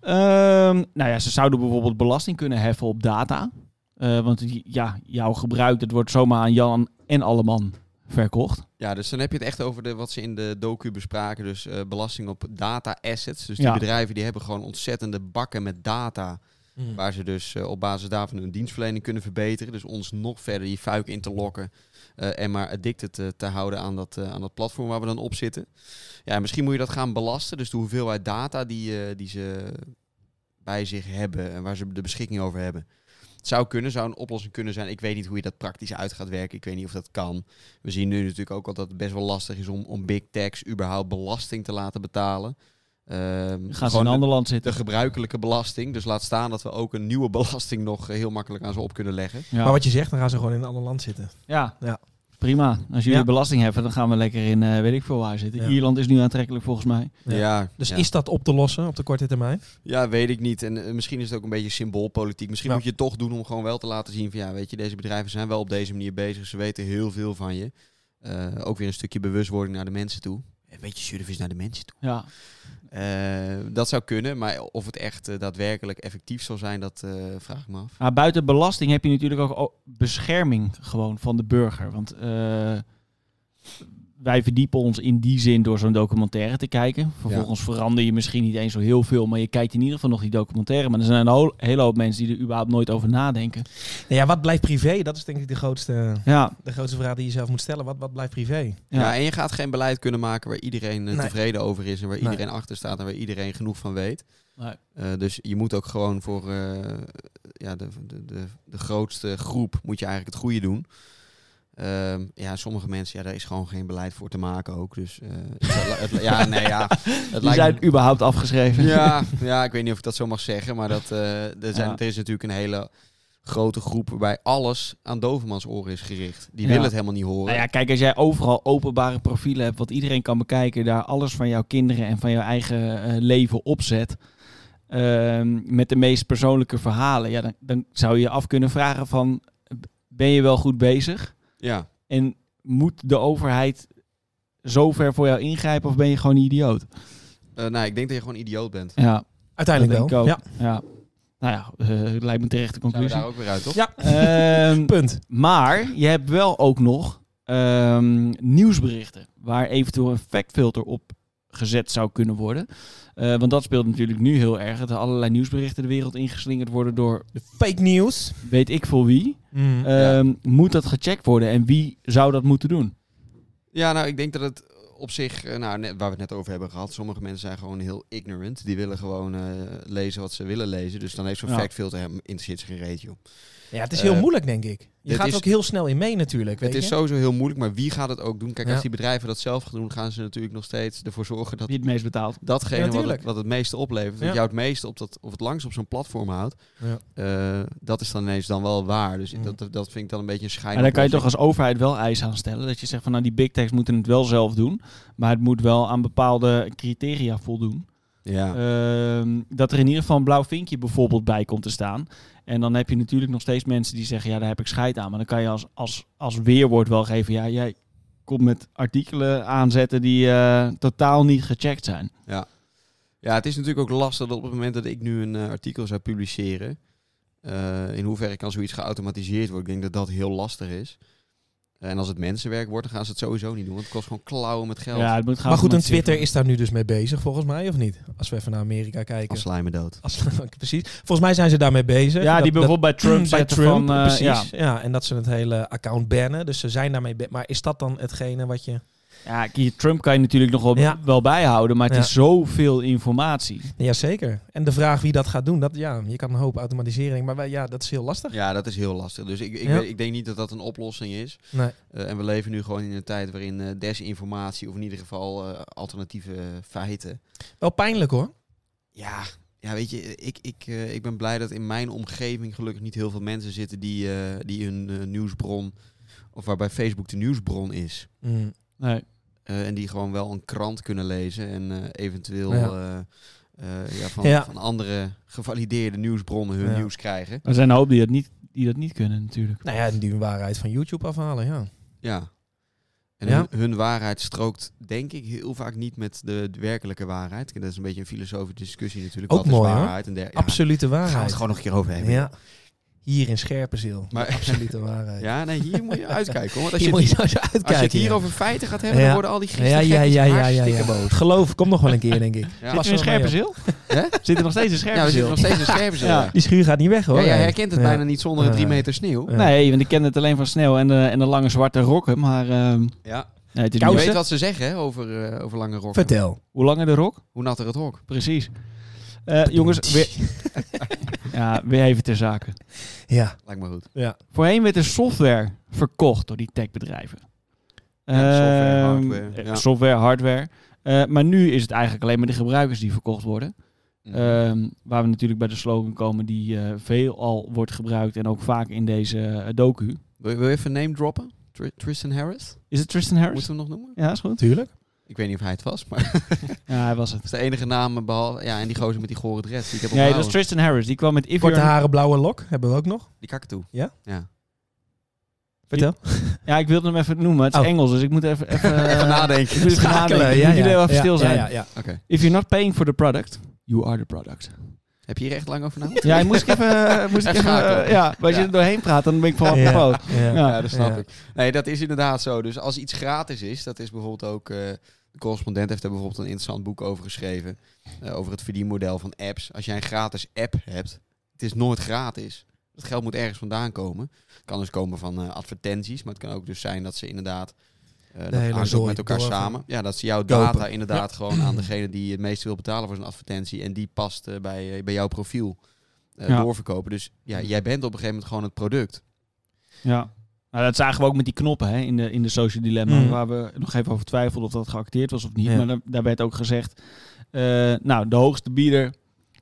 Speaker 2: Ehm, nou ja, ze zouden bijvoorbeeld belasting kunnen heffen op data. Eh, want j- ja, jouw gebruik, dat wordt zomaar aan Jan en Alleman verkocht.
Speaker 3: Ja, dus dan heb je het echt over de, wat ze in de docu bespraken. Dus eh, belasting op data assets. Dus die
Speaker 2: Ja.
Speaker 3: bedrijven die hebben gewoon ontzettende bakken met data.
Speaker 2: Mm.
Speaker 3: Waar ze dus eh, op basis daarvan hun dienstverlening kunnen verbeteren. Dus ons nog verder die fuik in te lokken. eh, en maar addicted eh, te houden aan dat, eh, aan dat platform waar we dan op zitten. Ja, en misschien moet je dat gaan belasten. Dus de hoeveelheid data die, eh, die ze bij zich hebben. En waar ze de beschikking over hebben. Het zou kunnen, zou een oplossing kunnen zijn. Ik weet niet hoe je dat praktisch uit gaat werken. Ik weet niet of dat kan. We zien nu natuurlijk ook al dat het best wel lastig is om, om big techs überhaupt belasting te laten betalen. Ehm,
Speaker 2: Gaan ze
Speaker 3: gewoon
Speaker 2: in een
Speaker 3: de-
Speaker 2: ander land zitten.
Speaker 3: de gebruikelijke belasting. Dus laat staan dat we ook een nieuwe belasting nog eh, heel makkelijk aan ze op kunnen leggen.
Speaker 2: Ja.
Speaker 1: Maar wat je zegt, dan gaan ze gewoon in een ander land zitten.
Speaker 2: Ja.
Speaker 1: Ja.
Speaker 2: Prima. Als jullie
Speaker 1: Ja.
Speaker 2: belasting hebben, dan gaan we lekker in eh, weet ik veel waar zitten.
Speaker 1: Ja.
Speaker 2: Ierland is nu aantrekkelijk volgens mij.
Speaker 1: Ja. Dus
Speaker 3: ja.
Speaker 1: is dat op te lossen op de korte termijn?
Speaker 3: ja, weet ik niet. En eh, misschien is het ook een beetje symboolpolitiek. Misschien
Speaker 1: Ja.
Speaker 3: moet je het toch doen om gewoon wel te laten zien van ja, weet je, deze bedrijven zijn wel op deze manier bezig. Ze weten heel veel van je. Eh, ook weer een stukje bewustwording naar de mensen toe. Een beetje service naar de mensen toe.
Speaker 2: Ja.
Speaker 3: Eh, dat zou kunnen, maar of het echt eh, daadwerkelijk effectief zal zijn, dat eh, vraag ik me af.
Speaker 2: Maar buiten belasting heb je natuurlijk ook o- bescherming gewoon van de burger. Want eh, wij verdiepen ons in die zin door zo'n documentaire te kijken. Vervolgens verander je misschien niet eens zo heel veel, maar je kijkt in ieder geval nog die documentaire. Maar er zijn een ho- hele hoop mensen die er überhaupt nooit over nadenken.
Speaker 1: Nou ja, wat blijft privé? Dat is denk ik de grootste,
Speaker 2: Ja,
Speaker 1: de grootste vraag die je zelf moet stellen. Wat, wat blijft privé?
Speaker 2: ja.
Speaker 3: Ja. en je gaat geen beleid kunnen maken waar iedereen eh,
Speaker 1: Nee.
Speaker 3: tevreden over is en waar
Speaker 1: Nee.
Speaker 3: iedereen achter staat en waar iedereen genoeg van weet.
Speaker 2: Nee.
Speaker 3: Eh, dus je moet ook gewoon voor eh, ja, de, de, de, de grootste groep moet je eigenlijk het goede doen. Ehm, ja, sommige mensen, ja, daar is gewoon geen beleid voor te maken ook. Dus eh, het, het- ja, nee, ja, het
Speaker 2: die
Speaker 3: lijkt me-
Speaker 2: zijn überhaupt afgeschreven.
Speaker 3: ja, ja, ik weet niet of ik dat zo mag zeggen, maar dat, eh, er, zijn,
Speaker 2: Ja.
Speaker 3: er is natuurlijk een hele grote groep waarbij alles aan dovermans oren is gericht. Die
Speaker 2: Ja.
Speaker 3: willen het helemaal niet horen.
Speaker 2: Nou ja, kijk, als jij overal openbare profielen hebt, wat iedereen kan bekijken, daar alles van jouw kinderen en van jouw eigen eh, leven opzet, ehm, met de meest persoonlijke verhalen, ja, dan, dan zou je je af kunnen vragen van, ben je wel goed bezig?
Speaker 3: ja.
Speaker 2: En moet de overheid zo ver voor jou ingrijpen of ben je gewoon een idioot?
Speaker 3: Eh, nou, ik denk dat je gewoon idioot bent.
Speaker 2: Ja,
Speaker 1: Uiteindelijk
Speaker 2: dat denk
Speaker 1: wel.
Speaker 2: ik
Speaker 1: Ja.
Speaker 2: ook. Ja. Nou ja, eh, het lijkt me terecht de
Speaker 3: Zijn we
Speaker 2: conclusie.
Speaker 3: daar ook weer uit, toch?
Speaker 1: ja,
Speaker 2: Ehm,
Speaker 1: punt.
Speaker 2: Maar je hebt wel ook nog ehm, nieuwsberichten waar eventueel een factfilter op gezet zou kunnen worden. Eh, want dat speelt natuurlijk nu heel erg. Dat er allerlei nieuwsberichten de wereld ingeslingerd worden door
Speaker 1: De fake news. Eh,
Speaker 2: weet ik veel wie.
Speaker 1: Mm.
Speaker 2: Ehm, Moet dat gecheckt worden en wie zou dat moeten doen?
Speaker 3: Ja, nou, ik denk dat het op zich, eh, nou, net, waar we het net over hebben gehad, sommige mensen zijn gewoon heel ignorant. Die willen gewoon eh, lezen wat ze willen lezen. Dus dan heeft zo'n
Speaker 2: Ja.
Speaker 3: factfilter hem interesseert ze geen reet, joh.
Speaker 1: Ja, het is heel
Speaker 3: Eh,
Speaker 1: moeilijk, denk ik. Je
Speaker 3: dit
Speaker 1: gaat er
Speaker 3: is-
Speaker 1: ook heel snel in mee natuurlijk. Weet
Speaker 3: Het is
Speaker 1: je?
Speaker 3: sowieso heel moeilijk, maar wie gaat het ook doen? Kijk,
Speaker 1: Ja.
Speaker 3: als die bedrijven dat zelf gaan doen, gaan ze natuurlijk nog steeds ervoor zorgen dat
Speaker 2: Wie het meest betaalt.
Speaker 3: datgene
Speaker 1: Ja,
Speaker 3: wat,
Speaker 1: tuurlijk.
Speaker 3: het, wat het meeste oplevert,
Speaker 1: Ja.
Speaker 3: wat jou het meeste op dat, of het langst op zo'n platform houdt,
Speaker 1: Ja.
Speaker 3: eh, dat is dan ineens dan wel waar. Dus
Speaker 1: Mm.
Speaker 3: dat, dat vind ik dan een beetje een schijn.
Speaker 2: Maar dan kan je toch als overheid wel eisen aan stellen. Dat je zegt van nou die big techs moeten het wel zelf doen. Maar het moet wel aan bepaalde criteria voldoen.
Speaker 3: Ja.
Speaker 2: Ehm, dat er in ieder geval een blauw vinkje bijvoorbeeld bij komt te staan. En dan heb je natuurlijk nog steeds mensen die zeggen, ja, daar heb ik scheid aan. Maar dan kan je als, als, als weerwoord wel geven, ja, jij komt met artikelen aanzetten die eh, totaal niet gecheckt zijn.
Speaker 3: Ja, het is natuurlijk ook lastig dat op het moment dat ik nu een eh, artikel zou publiceren, eh, in hoeverre kan zoiets geautomatiseerd worden? Ik denk dat dat heel lastig is. En als het mensenwerk wordt, dan gaan ze het sowieso niet doen, want het kost gewoon klauwen met geld.
Speaker 2: Ja, het moet gaan
Speaker 1: Maar goed, een
Speaker 2: geautomatiseerd
Speaker 1: Twitter
Speaker 2: worden.
Speaker 1: is daar nu dus mee bezig, volgens mij, of niet? Als we even naar Amerika kijken.
Speaker 3: Als slijmen dood.
Speaker 1: Als, precies. Volgens mij zijn ze daarmee bezig.
Speaker 2: Ja,
Speaker 1: Dat-
Speaker 2: die
Speaker 1: dat-
Speaker 2: bijvoorbeeld bij Trump
Speaker 1: bij
Speaker 2: zetten
Speaker 1: Trump,
Speaker 2: van... eh,
Speaker 1: precies.
Speaker 2: ja.
Speaker 1: Ja. en dat ze het hele account bannen. Dus ze zijn daarmee... be- Maar is dat dan hetgene wat je...
Speaker 2: Ja, hier Trump kan je natuurlijk nog wel,
Speaker 1: Ja.
Speaker 2: wel bijhouden, maar het
Speaker 1: Ja.
Speaker 2: is zoveel informatie.
Speaker 1: Jazeker. En de vraag wie dat gaat doen, dat, ja, je kan een hoop automatisering. Maar wij, ja, dat is heel lastig.
Speaker 3: Ja, dat is heel lastig. Dus ik, ik,
Speaker 1: Ja.
Speaker 3: weet- ik denk niet dat dat een oplossing is.
Speaker 1: Nee.
Speaker 3: Eh, en we leven nu gewoon in een tijd waarin eh, desinformatie, of in ieder geval eh, alternatieve feiten.
Speaker 1: Wel pijnlijk, hoor.
Speaker 3: Ja, ja weet je, ik, ik, eh, ik ben blij dat in mijn omgeving gelukkig niet heel veel mensen zitten die, eh, die hun eh, nieuwsbron, of waarbij Facebook de nieuwsbron is.
Speaker 1: Mm.
Speaker 2: Nee.
Speaker 3: Eh, en die gewoon wel een krant kunnen lezen. En eh, eventueel
Speaker 1: Ja.
Speaker 3: eh, eh, ja, van,
Speaker 1: Ja.
Speaker 3: van andere gevalideerde nieuwsbronnen hun
Speaker 1: Ja.
Speaker 3: nieuws krijgen.
Speaker 2: Er zijn een hoop die dat niet, die dat niet kunnen natuurlijk.
Speaker 1: Nou ja, die waarheid van YouTube afhalen, ja.
Speaker 3: Ja. En
Speaker 1: Ja.
Speaker 3: Hun, hun waarheid strookt, denk ik, heel vaak niet met de, de werkelijke waarheid. Dat is een beetje een filosofische discussie natuurlijk.
Speaker 1: Ook
Speaker 3: Wat is
Speaker 1: mooi, hoor.
Speaker 3: waarheid? En der- ja,
Speaker 1: Absolute
Speaker 3: Gaan we
Speaker 1: waarheid.
Speaker 3: het gewoon nog een keer over hebben.
Speaker 1: Ja. Hier in Scherpenzeel.
Speaker 3: Maar-
Speaker 1: Maar absolute waarheid.
Speaker 3: Ja, nee, hier moet je uitkijken. hoor. Want als,
Speaker 1: Hier
Speaker 3: je,
Speaker 1: moet
Speaker 3: het-
Speaker 1: je zo eens uitkijken.
Speaker 3: als je het hier
Speaker 1: ja.
Speaker 3: over feiten gaat hebben,
Speaker 1: Ja.
Speaker 3: dan worden al die
Speaker 1: ja, ja,
Speaker 3: Griekse
Speaker 1: ja, ja, ja, ja,
Speaker 3: hartstikke boos.
Speaker 1: Het geloof komt nog wel een keer, denk ik.
Speaker 3: Ja.
Speaker 1: Pas
Speaker 2: Zit er een
Speaker 1: wel mee
Speaker 2: scherpe
Speaker 1: op.
Speaker 2: ziel?
Speaker 3: Hè?
Speaker 2: Zit er nog steeds een
Speaker 3: Ja,
Speaker 2: scherpe
Speaker 3: we
Speaker 2: ziel?
Speaker 3: zitten nog steeds in scherpe
Speaker 2: Ja.
Speaker 3: ja.
Speaker 1: Die schuur gaat niet weg, hoor.
Speaker 3: ja, jij herkent het
Speaker 1: Ja.
Speaker 3: bijna niet zonder de drie
Speaker 1: Ja.
Speaker 3: meter sneeuw.
Speaker 1: Ja.
Speaker 2: Nee, want ik ken het alleen van sneeuw en, eh, en de lange zwarte rokken. Maar ehm,
Speaker 3: Ja.
Speaker 2: nee, het is
Speaker 3: Je
Speaker 2: niet
Speaker 3: weet
Speaker 2: best.
Speaker 3: wat ze zeggen hè, over, eh, over lange rokken.
Speaker 1: Vertel.
Speaker 2: Hoe langer de rok?
Speaker 3: Hoe natter het hok.
Speaker 2: Precies. Eh, jongens, weer, ja, weer even ter zake.
Speaker 1: Ja,
Speaker 3: Lijkt me goed.
Speaker 1: ja.
Speaker 2: Voorheen werd er software verkocht door die techbedrijven.
Speaker 3: Ja, software,
Speaker 2: Ehm,
Speaker 3: hardware, ja.
Speaker 2: Software, hardware. Eh, maar nu is het eigenlijk alleen maar de gebruikers die verkocht worden.
Speaker 3: Mm.
Speaker 2: Ehm, waar we natuurlijk bij de slogan komen die eh veelal wordt gebruikt en ook vaak in deze eh, docu.
Speaker 3: wil, je, wil je even name droppen? Tr- Tristan Harris?
Speaker 2: Is het Tristan Harris?
Speaker 3: Moeten we hem nog noemen?
Speaker 2: Ja, is goed.
Speaker 1: Tuurlijk.
Speaker 3: Ik weet niet of hij het was, maar
Speaker 2: Ja, hij was het.
Speaker 3: dat is de enige naam eh, behalve... Ja, en die gozer met die gore dreads. Die ik heb
Speaker 2: Nee, dat
Speaker 3: onthouden.
Speaker 2: was Tristan Harris. Die kwam met If
Speaker 1: Korte
Speaker 2: You're-
Speaker 1: haren, blauwe lok hebben we ook nog.
Speaker 3: Die kakatoe.
Speaker 1: Ja?
Speaker 3: Ja.
Speaker 1: Vertel.
Speaker 2: Ja, ik wilde hem even noemen. Het is
Speaker 1: Oh.
Speaker 2: Engels, dus ik moet even...
Speaker 1: Eh,
Speaker 2: Even,
Speaker 3: Even nadenken.
Speaker 2: Ik moet even nadenken. Ik moet jullie wel even stil zijn.
Speaker 1: Ja, ja, ja.
Speaker 3: Oké.
Speaker 2: If you're not paying for the product, you are the product.
Speaker 3: Heb je hier echt lang over nagedacht?
Speaker 2: Ja, moest ik even... Moest ik
Speaker 3: Echt
Speaker 2: even
Speaker 3: schakelen.
Speaker 2: eh, ja, maar als je
Speaker 3: Ja.
Speaker 2: er doorheen praat, dan ben ik van...
Speaker 1: Ja.
Speaker 2: Ja.
Speaker 1: Ja.
Speaker 2: Ja.
Speaker 3: Ja, dat snap
Speaker 1: Ja.
Speaker 3: ik. Nee, dat is inderdaad zo. Dus als iets gratis is, dat is bijvoorbeeld ook... eh, de correspondent heeft er bijvoorbeeld een interessant boek over geschreven. eh, over het verdienmodel van apps. Als jij een gratis app hebt, het is nooit gratis. Het geld moet ergens vandaan komen. Het kan dus komen van eh, advertenties, maar het kan ook dus zijn dat ze inderdaad... eh dat
Speaker 1: hele
Speaker 3: hangt ook
Speaker 1: zooi
Speaker 3: met elkaar
Speaker 1: door-
Speaker 3: samen. Ja, dat ze jouw
Speaker 1: Kopen.
Speaker 3: data inderdaad gewoon aan degene die het meeste wil betalen voor zijn advertentie. En die past eh, bij, eh, bij jouw profiel eh,
Speaker 2: Ja.
Speaker 3: doorverkopen. Dus ja, jij bent op een gegeven moment gewoon het product.
Speaker 2: ja. Nou, dat zagen we ook met die knoppen hè, in, de, in de social dilemma.
Speaker 1: Mm.
Speaker 2: Waar we nog even over twijfelden of dat geacteerd was of niet.
Speaker 1: Ja.
Speaker 2: Maar daar, daar werd ook gezegd... eh, nou, de hoogste bieder...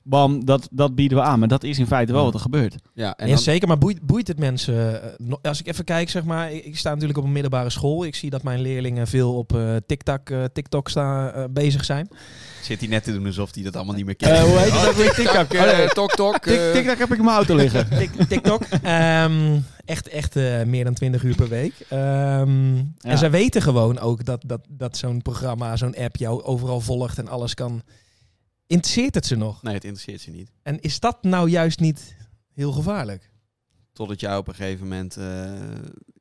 Speaker 2: Bam, dat, dat bieden we aan. Maar dat is in feite wel
Speaker 1: Ja.
Speaker 2: wat er gebeurt.
Speaker 3: Ja, en
Speaker 1: ja,
Speaker 3: dan-
Speaker 1: zeker, maar boeit, boeit het mensen? eh, no- Als ik even kijk, zeg maar, ik, ik sta natuurlijk op een middelbare school. Ik zie dat mijn leerlingen veel op eh, TikTok, eh, TikTok sta, eh, bezig zijn.
Speaker 3: Zit hij net te doen alsof hij dat allemaal niet meer kent.
Speaker 2: Eh, hoe heet het ook weer? TikTok.
Speaker 3: Eh,
Speaker 2: Oh, nee.
Speaker 3: tok tok. eh,
Speaker 2: Tik, tik, daar heb ik in mijn auto liggen.
Speaker 1: Tik- TikTok. Ehm, echt echt eh, meer dan 20 uur per week. Ehm, En zij weten gewoon ook dat, dat, dat zo'n programma, zo'n app jou overal volgt en alles kan. Interesseert het ze nog?
Speaker 3: Nee, het interesseert ze niet.
Speaker 1: En is dat nou juist niet heel gevaarlijk?
Speaker 3: Totdat jij op een gegeven moment eh,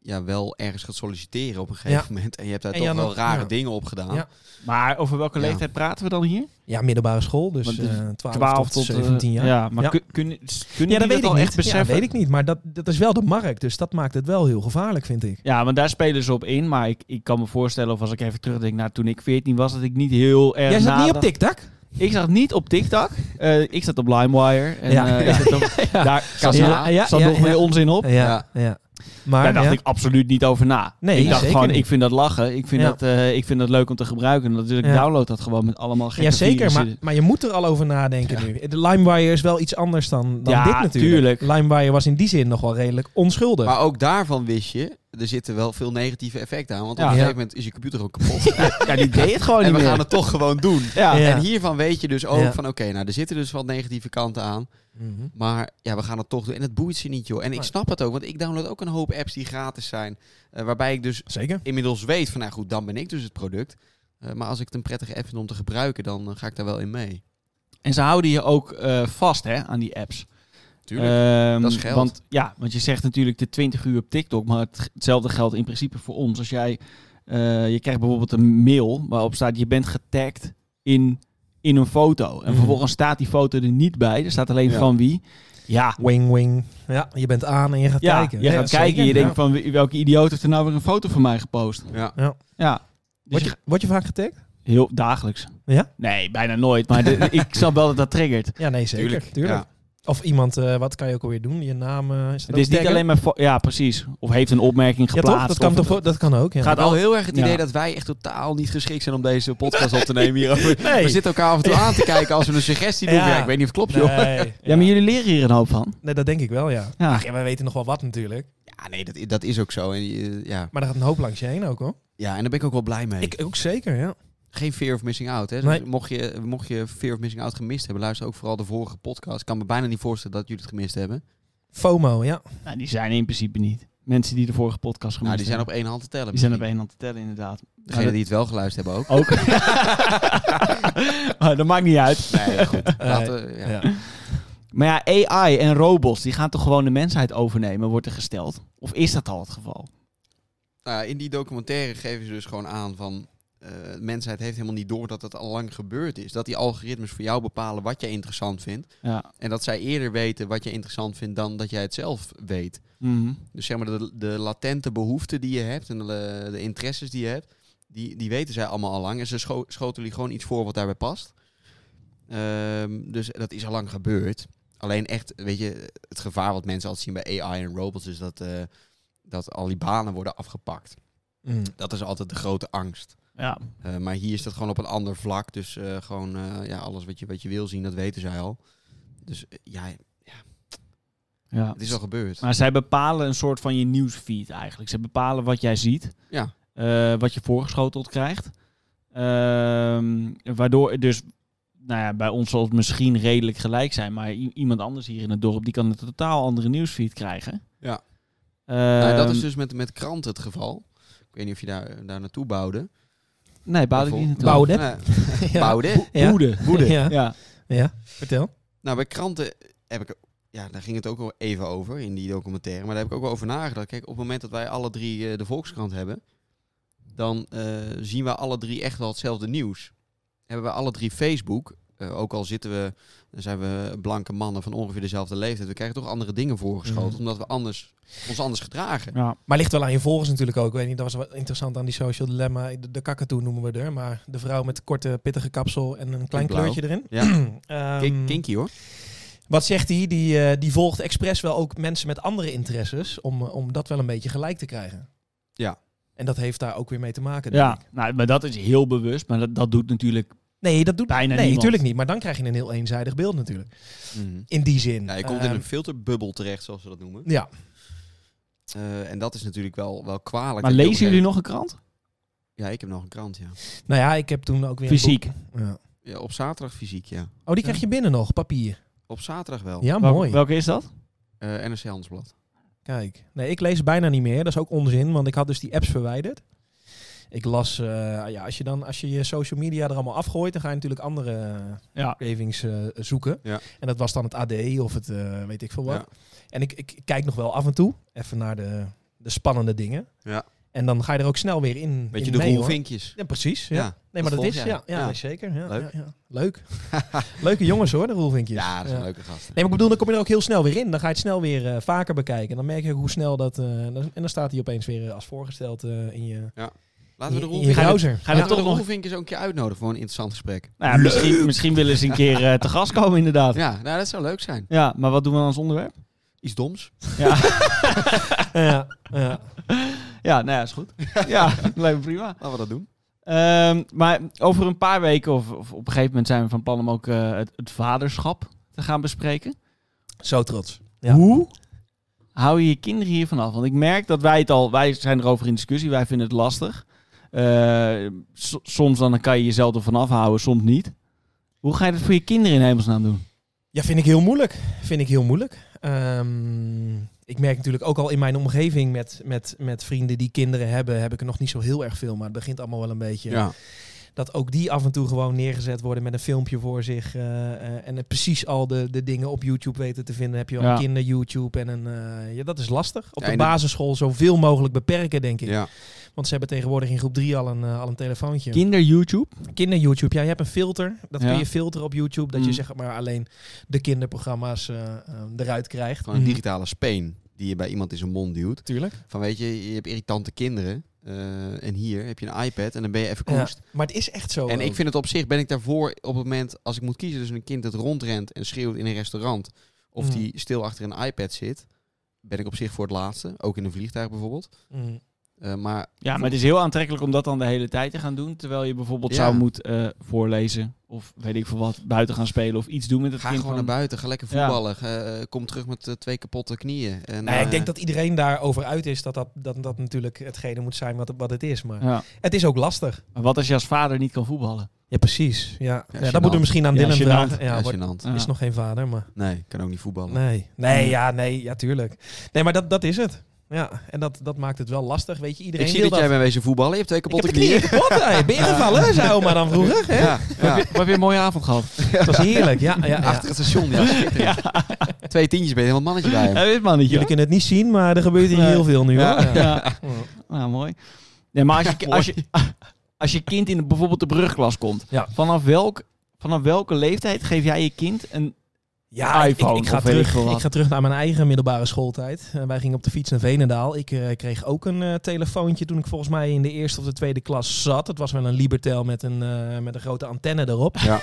Speaker 3: ja, wel ergens gaat solliciteren op een gegeven moment. En je hebt daar
Speaker 1: En
Speaker 3: toch
Speaker 1: ja,
Speaker 3: wel
Speaker 1: nog-
Speaker 3: rare
Speaker 1: ja.
Speaker 3: dingen op gedaan.
Speaker 1: Ja.
Speaker 2: Maar over welke
Speaker 3: Ja.
Speaker 2: leeftijd praten we dan hier?
Speaker 1: Ja, middelbare school, dus
Speaker 2: Want het is
Speaker 1: eh 12,
Speaker 2: 12
Speaker 1: tot
Speaker 2: tot eh,
Speaker 1: 17 jaar.
Speaker 2: Ja, maar
Speaker 1: Ja.
Speaker 2: kun- kun- s- kunnen
Speaker 1: Ja,
Speaker 2: die
Speaker 1: dat weet ik
Speaker 2: al
Speaker 1: niet.
Speaker 2: echt beseffen?
Speaker 1: Ja, weet ik niet. Maar dat, dat is wel de markt. Dus dat maakt het wel heel gevaarlijk, vind ik.
Speaker 2: Ja, want daar spelen ze op in. Maar ik, ik kan me voorstellen, of als ik even terugdenk naar toen ik 14 was, dat ik niet heel erg
Speaker 1: Jij zat niet op
Speaker 2: nadacht.
Speaker 1: TikTok?
Speaker 2: Ik zat niet op TikTok. Eh, ik zat op LimeWire. En,
Speaker 1: Ja.
Speaker 2: eh, ik zat op-
Speaker 1: Ja.
Speaker 2: Daar zat,
Speaker 3: Ja,
Speaker 2: nog-
Speaker 1: ja,
Speaker 2: zat
Speaker 1: ja,
Speaker 2: nog
Speaker 1: ja.
Speaker 2: meer onzin op.
Speaker 1: Ja. ja. Maar
Speaker 2: daar dacht
Speaker 1: ja.
Speaker 2: ik absoluut niet over na.
Speaker 1: Nee,
Speaker 2: ik dacht
Speaker 1: zeker
Speaker 2: gewoon,
Speaker 1: niet.
Speaker 2: ik vind dat lachen. Ik vind,
Speaker 1: Ja.
Speaker 2: dat, eh, ik vind dat leuk om te gebruiken. En natuurlijk
Speaker 1: Ja.
Speaker 2: download dat gewoon met allemaal gekke
Speaker 1: Ja, zeker.
Speaker 2: virussen.
Speaker 1: Maar, maar je moet er al over nadenken nu. De LimeWire is wel iets anders dan, dan
Speaker 2: Ja,
Speaker 1: dit natuurlijk.
Speaker 2: tuurlijk.
Speaker 1: LimeWire was in die zin nog wel redelijk onschuldig.
Speaker 3: Maar ook daarvan wist je, er zitten wel veel negatieve effecten aan. Want op
Speaker 2: Ja.
Speaker 3: een gegeven
Speaker 1: Ja.
Speaker 3: moment is je computer ook kapot.
Speaker 2: Ja, die deed het gewoon
Speaker 3: en
Speaker 2: niet
Speaker 3: we
Speaker 2: meer.
Speaker 3: gaan het toch gewoon doen.
Speaker 2: Ja.
Speaker 1: Ja.
Speaker 3: En hiervan weet je dus ook
Speaker 1: Ja.
Speaker 3: van, oké, nou, er zitten dus wat negatieve kanten aan.
Speaker 1: Mhm.
Speaker 3: Maar ja, we gaan het toch doen. En het boeit ze niet, joh. En ik
Speaker 1: Nee.
Speaker 3: snap het ook, want ik download ook een hoop apps die gratis zijn. eh, waarbij ik dus
Speaker 1: Zeker.
Speaker 3: inmiddels weet van, nou goed, dan ben ik dus het product. Eh, maar als ik het een prettige app vind om te gebruiken, dan eh, ga ik daar wel in mee.
Speaker 2: En ze houden je ook eh, vast hè, aan die apps. Ehm,
Speaker 3: dat is geld.
Speaker 2: Want, ja, want je zegt natuurlijk de 20 uur op TikTok, maar het- hetzelfde geldt in principe voor ons. Als jij, eh, je krijgt bijvoorbeeld een mail waarop staat je bent getagd in, in een foto. En
Speaker 1: Mhm.
Speaker 2: vervolgens staat die foto er niet bij, er staat alleen
Speaker 3: Ja.
Speaker 2: van wie. Ja,
Speaker 1: Wing, wing. Ja, je bent aan en je gaat
Speaker 2: ja
Speaker 1: kijken.
Speaker 2: je
Speaker 1: Ja,
Speaker 2: gaat
Speaker 1: zeker.
Speaker 2: kijken en je
Speaker 1: Ja.
Speaker 2: denkt van wie- welke idioot heeft er nou weer een foto van mij gepost.
Speaker 3: Eh, ja.
Speaker 2: Ja, dus
Speaker 1: Word
Speaker 2: je,
Speaker 1: je, word je vaak getagd?
Speaker 2: gaat- heel dagelijks.
Speaker 1: Ja?
Speaker 2: Nee, bijna nooit, maar de- ik snap wel dat dat triggert.
Speaker 1: Ja, nee, zeker. Tuurlijk.
Speaker 3: Tuurlijk, ja.
Speaker 1: Of iemand, eh, wat kan je ook alweer doen? Je naam. eh, is dat
Speaker 2: Het is
Speaker 1: ook
Speaker 2: niet
Speaker 1: taggen?
Speaker 2: alleen maar... fo- Ja, precies. Of heeft een opmerking
Speaker 1: Ja,
Speaker 2: geplaatst.
Speaker 1: toch? Dat kan,
Speaker 2: of-
Speaker 1: toch, ook- dat kan ook. Ja.
Speaker 3: Gaat
Speaker 2: Gaat
Speaker 3: al heel erg het idee
Speaker 2: Ja.
Speaker 3: dat wij echt totaal niet geschikt zijn om deze podcast op te nemen hierover.
Speaker 1: Nee.
Speaker 3: We zitten elkaar af en toe aan te kijken als we een suggestie doen.
Speaker 1: Ja.
Speaker 3: Ja. ik weet niet of het klopt, joh.
Speaker 1: Nee.
Speaker 2: Ja, maar jullie leren hier een hoop van.
Speaker 1: Nee, dat denk ik wel, ja.
Speaker 2: Ja.
Speaker 1: Ach, ja, wij weten nog wel wat natuurlijk.
Speaker 3: Ja, nee, dat, i- dat is ook zo. En, eh, ja.
Speaker 1: Maar daar gaat een hoop langs je heen ook, hoor.
Speaker 3: ja, en daar ben ik ook wel blij mee.
Speaker 1: Ik ook zeker, ja.
Speaker 3: Geen fear of missing out. Hè. Dus
Speaker 1: Nee.
Speaker 3: mocht, je, mocht je fear of missing out gemist hebben, luister ook vooral de vorige podcast. Ik kan me bijna niet voorstellen dat jullie het gemist hebben.
Speaker 1: FOMO, ja.
Speaker 2: Nou, die zijn er in principe niet. Mensen die de vorige podcast
Speaker 3: Nou,
Speaker 2: gemaakt
Speaker 3: die zijn op één hand te tellen.
Speaker 2: die zijn op één Ah, oh. hand te tellen, inderdaad.
Speaker 3: Degene
Speaker 2: Maar dat-
Speaker 3: die het wel geluisterd hebben ook.
Speaker 2: Ook. Ah, dat maakt niet uit.
Speaker 3: Nee, goed.
Speaker 1: Eh,
Speaker 3: Laten we- ja.
Speaker 1: ja.
Speaker 2: Maar ja, AI en robots, die gaan toch gewoon de mensheid overnemen, wordt er gesteld? Of is dat al het geval?
Speaker 3: Nou ja, in die documentaire geven ze dus gewoon aan van... eh, de mensheid heeft helemaal niet door dat het al lang gebeurd is. Dat die algoritmes voor jou bepalen wat jij interessant vindt.
Speaker 2: Ja.
Speaker 3: En dat zij eerder weten wat je interessant vindt dan dat jij het zelf weet.
Speaker 2: Mhm.
Speaker 3: Dus zeg maar de, de latente behoeften die je hebt en de, de interesses die je hebt, die, die weten zij allemaal al lang. En ze scho schotelen je gewoon iets voor wat daarbij past. Ehm, dus dat is al lang gebeurd. Alleen echt, weet je, het gevaar wat mensen altijd zien bij AI en robots is dat, eh, dat al die banen worden afgepakt.
Speaker 1: Mm.
Speaker 3: Dat is altijd de grote angst.
Speaker 2: ja.
Speaker 3: Eh, maar hier is dat gewoon op een ander vlak. Dus eh, gewoon eh, ja, alles wat je, wat je wil zien, dat weten zij al. Dus eh, ja,
Speaker 2: ja.
Speaker 3: het is al gebeurd.
Speaker 2: Maar zij bepalen een soort van je nieuwsfeed eigenlijk. Ze bepalen wat jij ziet.
Speaker 3: Ja.
Speaker 2: eh, wat je voorgeschoteld krijgt. Ehm, waardoor dus, nou ja, bij ons zal het misschien redelijk gelijk zijn, maar i- iemand anders hier in het dorp, die kan een totaal andere nieuwsfeed krijgen.
Speaker 3: Ja.
Speaker 2: Ehm,
Speaker 3: Nou, dat is dus met, met kranten het geval. Ik weet niet of je daar, daar naartoe bouwde.
Speaker 2: Nee, bouwde ik
Speaker 3: Bijvoorbeeld-
Speaker 2: niet natuurlijk.
Speaker 1: Bouwde.
Speaker 3: Nee,
Speaker 1: Ja.
Speaker 3: bouwde.
Speaker 1: Ja.
Speaker 2: Woede.
Speaker 3: Woede.
Speaker 1: Ja.
Speaker 2: Ja.
Speaker 1: ja, vertel.
Speaker 3: Nou, bij kranten heb ik... Ja, daar ging het ook wel even over in die documentaire. Maar daar heb ik ook wel over nagedacht. Kijk, op het moment dat wij alle drie eh, de Volkskrant hebben... dan eh, zien we alle drie echt wel hetzelfde nieuws. Hebben we alle drie Facebook... eh, ook al zitten we, dan zijn we blanke mannen van ongeveer dezelfde leeftijd. We krijgen toch andere dingen voorgeschoten,
Speaker 1: Mhm.
Speaker 3: omdat we anders, ons anders gedragen.
Speaker 2: Ja.
Speaker 1: Maar ligt wel aan je volgers natuurlijk ook. Ik weet niet, dat was wel interessant aan die social dilemma. De, de kakatoe noemen we er. Maar de vrouw met de korte, pittige kapsel en een klein
Speaker 3: blauw.
Speaker 1: kleurtje erin.
Speaker 3: Ja.
Speaker 1: Ehm,
Speaker 3: Ki- Kinky hoor.
Speaker 1: Wat zegt hij? Die, eh, die volgt expres wel ook mensen met andere interesses. Om, eh, om dat wel een beetje gelijk te krijgen.
Speaker 3: Ja.
Speaker 1: En dat heeft daar ook weer mee te maken. denk
Speaker 2: ja.
Speaker 1: ik.
Speaker 2: Nou, maar dat is heel bewust, maar dat, dat doet natuurlijk...
Speaker 1: Nee, dat doet
Speaker 2: Bijna
Speaker 1: Nee,
Speaker 2: niemand.
Speaker 1: natuurlijk niet. Maar dan krijg je een heel eenzijdig beeld natuurlijk.
Speaker 3: Mhm.
Speaker 1: In die zin.
Speaker 3: Ja, je komt in
Speaker 1: Ehm,
Speaker 3: een filterbubbel terecht, zoals we dat noemen.
Speaker 1: Ja.
Speaker 3: Eh, en dat is natuurlijk wel, wel kwalijk.
Speaker 2: Maar
Speaker 3: Dat je op
Speaker 2: lezen
Speaker 3: een
Speaker 2: jullie nog een krant?
Speaker 3: gegeven- Ja, ik heb nog een krant, ja.
Speaker 1: Nou ja, ik heb toen ook weer... een
Speaker 2: Fysiek.
Speaker 1: boek- Ja.
Speaker 3: Ja, op zaterdag fysiek, ja.
Speaker 1: Oh, die krijg je binnen nog, papier.
Speaker 3: Op zaterdag wel.
Speaker 1: Ja,
Speaker 2: Welke-
Speaker 1: mooi.
Speaker 2: Welke is dat?
Speaker 3: Eh, NRC Handelsblad.
Speaker 1: Kijk, nee, ik lees bijna niet meer. Dat is ook onzin, want ik had dus die apps verwijderd. Ik las, eh, ja, als je dan als je, je social media er allemaal afgooit, dan ga je natuurlijk andere eh,
Speaker 2: Ja.
Speaker 1: cravings eh, zoeken.
Speaker 3: Ja.
Speaker 1: En dat was dan het AD of het eh, weet ik veel wat.
Speaker 3: Ja.
Speaker 1: En ik, ik kijk nog wel af en toe even naar de, de spannende dingen.
Speaker 3: Ja.
Speaker 1: En dan ga je er ook snel weer in.
Speaker 3: Weet je,
Speaker 1: in
Speaker 3: de
Speaker 1: mee, hoor.
Speaker 3: roelvinkjes.
Speaker 1: Ja, precies. Ja.
Speaker 3: Ja,
Speaker 1: nee, maar dat,
Speaker 3: volg
Speaker 1: is,
Speaker 3: jij.
Speaker 1: ja, ja,
Speaker 3: Ja.
Speaker 1: nee, zeker. Ja,
Speaker 3: Leuk.
Speaker 1: Ja, ja. Leuk. Leuke jongens hoor, de roelvinkjes.
Speaker 3: Ja, dat zijn
Speaker 1: Ja.
Speaker 3: leuke gasten.
Speaker 1: Nee, maar ik bedoel, dan kom je er ook heel snel weer in. Dan ga je het snel weer eh, vaker bekijken. En dan merk je ook hoe snel dat... eh, dan- en dan staat hij opeens weer eh, als voorgesteld eh, in je,
Speaker 3: Laten
Speaker 1: in
Speaker 3: we de
Speaker 1: je
Speaker 3: roelvinkjes,
Speaker 1: browser.
Speaker 2: Ga je er
Speaker 3: Laten we de
Speaker 2: toch nog...
Speaker 3: roelvinkjes ook een keer uitnodigen voor een interessant gesprek.
Speaker 2: Nou, ja, misschien, misschien willen ze een keer eh, te gast komen inderdaad.
Speaker 3: Ja, nou, dat zou leuk zijn.
Speaker 2: Ja, maar wat doen we dan als onderwerp?
Speaker 3: Iets doms.
Speaker 2: Ja,
Speaker 1: Ja, ja.
Speaker 2: ja nou ja, is goed. Ja, lijkt me prima.
Speaker 3: Laten we dat doen.
Speaker 2: Ehm, maar over een paar weken, of, of op een gegeven moment, zijn we van plan om ook eh, het, het vaderschap te gaan bespreken.
Speaker 1: Zo trots. Ja.
Speaker 2: Hoe hou je je kinderen hiervan af? Want ik merk dat wij het al, wij zijn erover in discussie, wij vinden het lastig. Eh, s- soms dan kan je jezelf ervan afhouden, soms niet. Hoe ga je dat voor je kinderen in hemelsnaam doen?
Speaker 1: Ja, vind ik heel moeilijk. Vind ik heel moeilijk. Ehm, ik merk natuurlijk ook al in mijn omgeving met, met, met vrienden die kinderen hebben... heb ik er nog niet zo heel erg veel. Maar het begint allemaal wel een beetje...
Speaker 3: Ja.
Speaker 1: dat ook die af en toe gewoon neergezet worden met een filmpje voor zich. eh, eh, en het precies al de, de dingen op YouTube weten te vinden. Dan heb je wel
Speaker 2: Ja.
Speaker 1: een kinder-YouTube en een... eh, ja, dat is lastig. Op
Speaker 3: Ja,
Speaker 1: de
Speaker 3: en dat-
Speaker 1: basisschool zoveel mogelijk beperken, denk ik.
Speaker 3: ja.
Speaker 1: Want ze hebben tegenwoordig in groep 3 al een, eh, al een telefoontje.
Speaker 2: Kinder-YouTube?
Speaker 1: Kinder-YouTube, ja, je hebt een filter. Dat
Speaker 2: Ja.
Speaker 1: kun je filteren op YouTube. Dat
Speaker 2: Mm.
Speaker 1: je zeg maar alleen de kinderprogramma's eh, eh, eruit krijgt. Mm.
Speaker 3: Gewoon een
Speaker 2: Mhm.
Speaker 3: digitale speen die je bij iemand in zijn mond duwt.
Speaker 1: Natuurlijk.
Speaker 3: Van weet je, je hebt irritante kinderen. eh, en hier heb je een iPad en dan ben je even koest.
Speaker 1: Maar het is echt zo.
Speaker 3: En ik
Speaker 1: ook.
Speaker 3: vind het op zich, ben ik daarvoor op het moment, als ik moet kiezen tussen een kind dat rondrent en schreeuwt in een restaurant, of
Speaker 1: Mm.
Speaker 3: die stil achter een iPad zit, ben ik op zich voor het laatste. Ook in een vliegtuig bijvoorbeeld.
Speaker 1: Mm.
Speaker 3: Eh, maar
Speaker 2: Ja, maar het is heel aantrekkelijk om dat dan de hele tijd te gaan doen. Terwijl je bijvoorbeeld
Speaker 3: Ja.
Speaker 2: zou moeten eh, voorlezen. Of weet ik veel wat, buiten gaan spelen of iets doen met het
Speaker 3: ga
Speaker 2: kind.
Speaker 3: gewoon naar
Speaker 2: van-
Speaker 3: buiten, ga lekker
Speaker 2: Ja.
Speaker 3: voetballen, ga, eh, kom terug met eh, twee kapotte knieën. En,
Speaker 1: Nee, Nou ik
Speaker 3: eh,
Speaker 1: denk dat iedereen daarover uit is dat dat, dat, dat natuurlijk hetgene moet zijn wat, het- wat het is. Maar
Speaker 2: Ja.
Speaker 1: het is ook lastig.
Speaker 2: Maar wat als je als vader niet kan voetballen?
Speaker 1: Ja, precies. Ja. Ja,
Speaker 3: gênant.
Speaker 1: dat moeten we misschien aan
Speaker 2: Ja,
Speaker 1: Dylan
Speaker 2: gênant.
Speaker 1: vragen. Ja,
Speaker 3: Ja,
Speaker 1: wordt-
Speaker 3: gênant.
Speaker 2: Ja.
Speaker 1: is nog geen vader, maar
Speaker 3: Nee, kan ook niet voetballen.
Speaker 1: nee. Nee,
Speaker 2: Ja.
Speaker 1: ja, nee, ja, tuurlijk. Nee, maar dat, dat is het. Ja, en dat, dat maakt het wel lastig. Weet je, iedereen
Speaker 3: Ik zie
Speaker 1: wil
Speaker 3: dat, jij
Speaker 1: dat.
Speaker 3: bent wezen voetballen. Je hebt twee
Speaker 1: Ik heb
Speaker 3: kapotte
Speaker 1: de knieën kapot. hè. Ben je gevallen? Zei oma dan vroeger. Hè?
Speaker 3: Ja, ja.
Speaker 2: We hebben weer een mooie avond gehad.
Speaker 1: Dat was heerlijk. Ja, ja, ja.
Speaker 3: Achter het station, ja. schitterend. Twee tientjes ben je helemaal mannetje bij hem.
Speaker 2: Hij is mannetje.
Speaker 1: Jullie kunnen het niet zien, maar er gebeurt hier
Speaker 2: Nee.
Speaker 1: heel veel nu.
Speaker 3: Ja.
Speaker 1: Hoor. Ja.
Speaker 2: Ja. Nou, mooi. Nee, maar als je,
Speaker 3: mooi.
Speaker 2: als je, als je kind in de, bijvoorbeeld de brugklas komt,
Speaker 1: Ja.
Speaker 2: vanaf, welk, vanaf welke leeftijd geef jij je kind een...
Speaker 1: Ja, ik-
Speaker 2: iPhone
Speaker 1: ik, ik, ga
Speaker 2: of weet ik
Speaker 1: terug,
Speaker 2: veel wat.
Speaker 1: ik ga terug naar mijn eigen middelbare schooltijd. Eh, wij gingen op de fiets naar Venendaal. Ik eh, kreeg ook een eh, telefoontje toen ik volgens mij in de eerste of de tweede klas zat. Het was wel een Libertel met een, eh, met een grote antenne erop.
Speaker 3: Ja.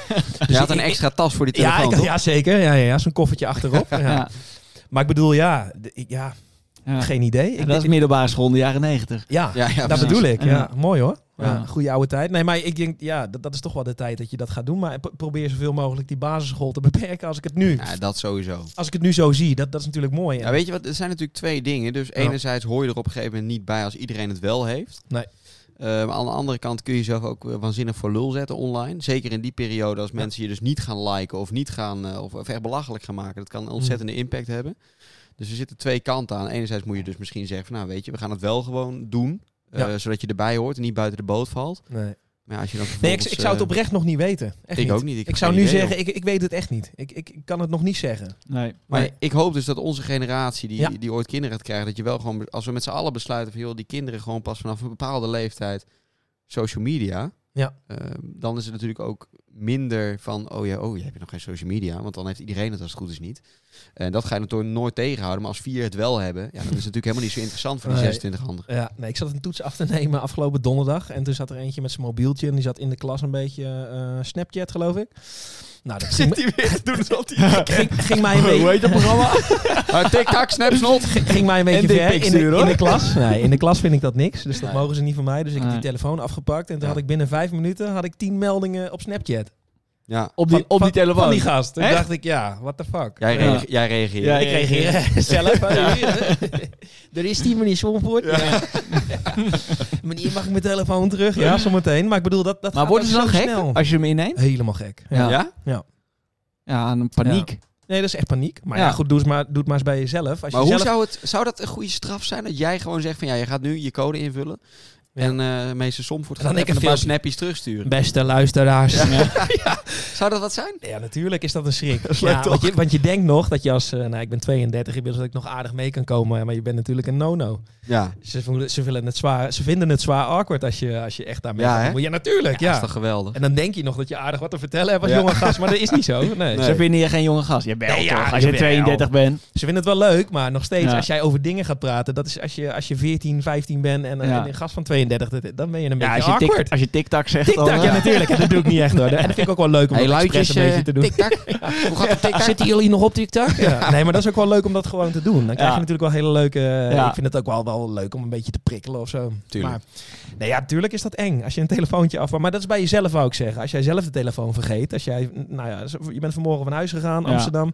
Speaker 3: je had een
Speaker 1: ik-
Speaker 3: extra tas voor die
Speaker 1: Ja,
Speaker 3: telefoon,
Speaker 1: ik-
Speaker 3: toch?
Speaker 1: ja zeker. Ja, ja, ja, zo'n koffertje achterop. Ja.
Speaker 2: Ja.
Speaker 1: Maar ik bedoel, ja, de- ik- ja
Speaker 2: Ja.
Speaker 1: geen idee.
Speaker 2: Ja,
Speaker 1: Ik,
Speaker 2: dat is middelbare school in de jaren negentig.
Speaker 1: ja,
Speaker 3: Ja, ja,
Speaker 1: dat
Speaker 3: precies.
Speaker 1: bedoel ik. Ja.
Speaker 2: Ja.
Speaker 1: Mooi hoor. Ja.
Speaker 2: Ja.
Speaker 1: Goede oude tijd. Nee, maar ik denk, ja, dat, dat is toch wel de tijd dat je dat gaat doen. Maar pro- probeer zoveel mogelijk die basisschool te beperken als ik het nu...
Speaker 3: Ja, dat sowieso.
Speaker 1: Als ik het nu zo zie, dat, dat is natuurlijk mooi.
Speaker 3: Ja, Nou, weet je wat, er zijn natuurlijk twee dingen. Dus enerzijds hoor je er op een gegeven moment niet bij als iedereen het wel heeft.
Speaker 1: Nee.
Speaker 3: Eh, maar aan de andere kant kun je jezelf ook eh, waanzinnig voor lul zetten online. Zeker in die periode als mensen je dus niet gaan liken of niet gaan eh, of, of echt belachelijk gaan maken. Dat kan een
Speaker 1: Mm.
Speaker 3: ontzettende impact hebben. Dus er zitten twee kanten aan. Enerzijds moet je dus misschien zeggen van nou weet je, we gaan het wel gewoon doen. eh,
Speaker 1: Ja.
Speaker 3: Zodat je erbij hoort en niet buiten de boot valt.
Speaker 1: Nee,
Speaker 3: Maar ja, als je dan
Speaker 1: nee ik,
Speaker 3: vervolgens,
Speaker 1: ik zou het
Speaker 3: eh,
Speaker 1: oprecht nog niet weten. Echt
Speaker 3: Ik
Speaker 1: niet.
Speaker 3: ook niet. Ik
Speaker 1: Ik,
Speaker 3: heb
Speaker 1: zou
Speaker 3: geen
Speaker 1: nu
Speaker 3: idee,
Speaker 1: zeggen, ik, ik weet het echt niet. Ik, ik, ik kan het nog niet zeggen.
Speaker 2: Nee.
Speaker 3: Maar
Speaker 1: Nee.
Speaker 3: ik hoop dus dat onze generatie, die,
Speaker 1: Ja.
Speaker 3: die ooit kinderen gaat krijgen, dat je wel gewoon, be- als we met z'n allen besluiten van joh, die kinderen gewoon pas vanaf een bepaalde leeftijd social media.
Speaker 1: Ja.
Speaker 3: ehm, dan is het natuurlijk ook minder van, oh ja, oh, je hebt nog geen social media, want dan heeft iedereen het als het goed is niet. En dat ga je natuurlijk nooit tegenhouden, maar als vier het wel hebben, ja, dan is het natuurlijk helemaal niet zo interessant voor die
Speaker 1: Nee.
Speaker 3: 26 anderen.
Speaker 1: Ja, nee, ik zat een toets af te nemen afgelopen donderdag. En toen zat er eentje met zijn mobieltje. En die zat in de klas een beetje eh, Snapchat, geloof ik. Nou, dat ging, me-
Speaker 2: hij weer te doen alsof
Speaker 1: ging, ging mij een beetje...
Speaker 2: Hoe heet dat programma?
Speaker 3: Uh, TikTok, Snapsnot!
Speaker 1: ging mij een beetje
Speaker 2: En
Speaker 1: ver in
Speaker 2: dickpics
Speaker 1: de,
Speaker 2: nu,
Speaker 1: in
Speaker 2: hoor.
Speaker 1: de klas. Nee, in de klas vind ik dat niks. Dus dat
Speaker 3: Nee.
Speaker 1: mogen ze niet van mij. Dus ik heb die
Speaker 2: Nee.
Speaker 1: telefoon afgepakt. En toen
Speaker 3: Ja.
Speaker 1: had ik binnen vijf minuten had ik tien meldingen op Snapchat.
Speaker 3: Ja,
Speaker 2: Op die,
Speaker 1: Van-
Speaker 2: op die
Speaker 1: van-
Speaker 2: telefoon.
Speaker 1: Van die gast. Toen
Speaker 2: Echt?
Speaker 1: dacht ik, ja, what the fuck.
Speaker 3: jij,
Speaker 1: Ja.
Speaker 3: reage- jij reageert.
Speaker 2: Ja,
Speaker 1: Ik reageer zelf. er is die meneer Somvoort. Ja. meneer, mag ik mijn telefoon terug? Ja, zometeen. Maar ik bedoel, dat, dat
Speaker 2: maar
Speaker 1: gaat
Speaker 2: worden ze
Speaker 1: ook
Speaker 2: dan
Speaker 1: zo
Speaker 2: gek
Speaker 1: snel.
Speaker 2: als je hem inneemt?
Speaker 1: Helemaal gek. Ja.
Speaker 2: Ja.
Speaker 3: Ja?
Speaker 2: Ja, aan een paniek.
Speaker 1: Nee, dat is echt paniek. Maar ja,
Speaker 2: Ja.
Speaker 1: goed, doe het maar, doe het maar eens bij jezelf. Als
Speaker 3: Maar
Speaker 1: je
Speaker 3: hoe
Speaker 1: zelf...
Speaker 3: zou, het, zou dat een goede straf zijn? Dat jij gewoon zegt van ja, je gaat nu je code invullen.
Speaker 1: Ja.
Speaker 3: En eh meester Somfort
Speaker 1: En dan
Speaker 3: gaat
Speaker 1: ik
Speaker 3: even een
Speaker 1: een
Speaker 3: paar
Speaker 1: filmpje.
Speaker 3: snappies terugsturen.
Speaker 1: Beste luisteraars.
Speaker 3: Zou dat wat zijn?
Speaker 1: Ja, natuurlijk is dat een schrik.
Speaker 3: is leuk,
Speaker 1: ja, want, je, want je denkt nog dat je als... eh, nou, ik ben 32, inmiddels dat ik nog aardig mee kan komen. Maar je bent natuurlijk een no-no.
Speaker 3: Ja,
Speaker 1: Ze, voelen- ze, willen het zwaar, ze vinden het zwaar awkward als je, als je echt daarmee
Speaker 3: Ja,
Speaker 1: gaat
Speaker 3: hè?
Speaker 1: doen. ja, natuurlijk.
Speaker 3: dat
Speaker 1: Ja,
Speaker 3: is toch geweldig.
Speaker 1: En dan denk je nog dat je aardig wat te vertellen hebt als
Speaker 3: Ja.
Speaker 1: jonge gast. Maar dat is niet zo. Nee.
Speaker 3: Nee.
Speaker 2: Ze vinden je geen jonge gast. Je bent
Speaker 1: Nee, ja,
Speaker 2: toch, als je
Speaker 1: jawel.
Speaker 2: 32 bent.
Speaker 1: Ze vinden het wel leuk, maar nog steeds
Speaker 2: Ja.
Speaker 1: als jij over dingen gaat praten. Dat is als je, als je 14, 15 bent en, eh,
Speaker 2: Ja.
Speaker 1: en een gast van 32. dat- dan ben je een
Speaker 2: Ja, als
Speaker 1: beetje
Speaker 2: je, tik,
Speaker 1: awkward.
Speaker 2: als je TikTok zegt
Speaker 1: TikTok,
Speaker 2: dan... eh,
Speaker 1: ja natuurlijk. En dat doe ik niet echt hoor. En dat vind ik ook wel leuk om
Speaker 3: Hey,
Speaker 1: dat expres
Speaker 3: luikjes,
Speaker 1: een beetje
Speaker 3: eh
Speaker 1: te doen.
Speaker 3: TikTok. Hoe gaat het TikTok?
Speaker 1: Zitten jullie nog op TikTok? Ja. Nee, maar dat is ook wel leuk om dat gewoon te doen. Dan krijg je
Speaker 2: Ja.
Speaker 1: natuurlijk wel hele leuke...
Speaker 2: Ja.
Speaker 1: Ik vind het ook wel, wel leuk om een beetje te prikkelen of zo.
Speaker 3: Tuurlijk.
Speaker 1: Maar, nee, ja, natuurlijk is dat eng. Als je een telefoontje afpakt. Maar dat is bij jezelf wou ik zeggen. Als jij zelf de telefoon vergeet. Als jij, nou ja, je bent vanmorgen van huis gegaan,
Speaker 2: Ja.
Speaker 1: Amsterdam.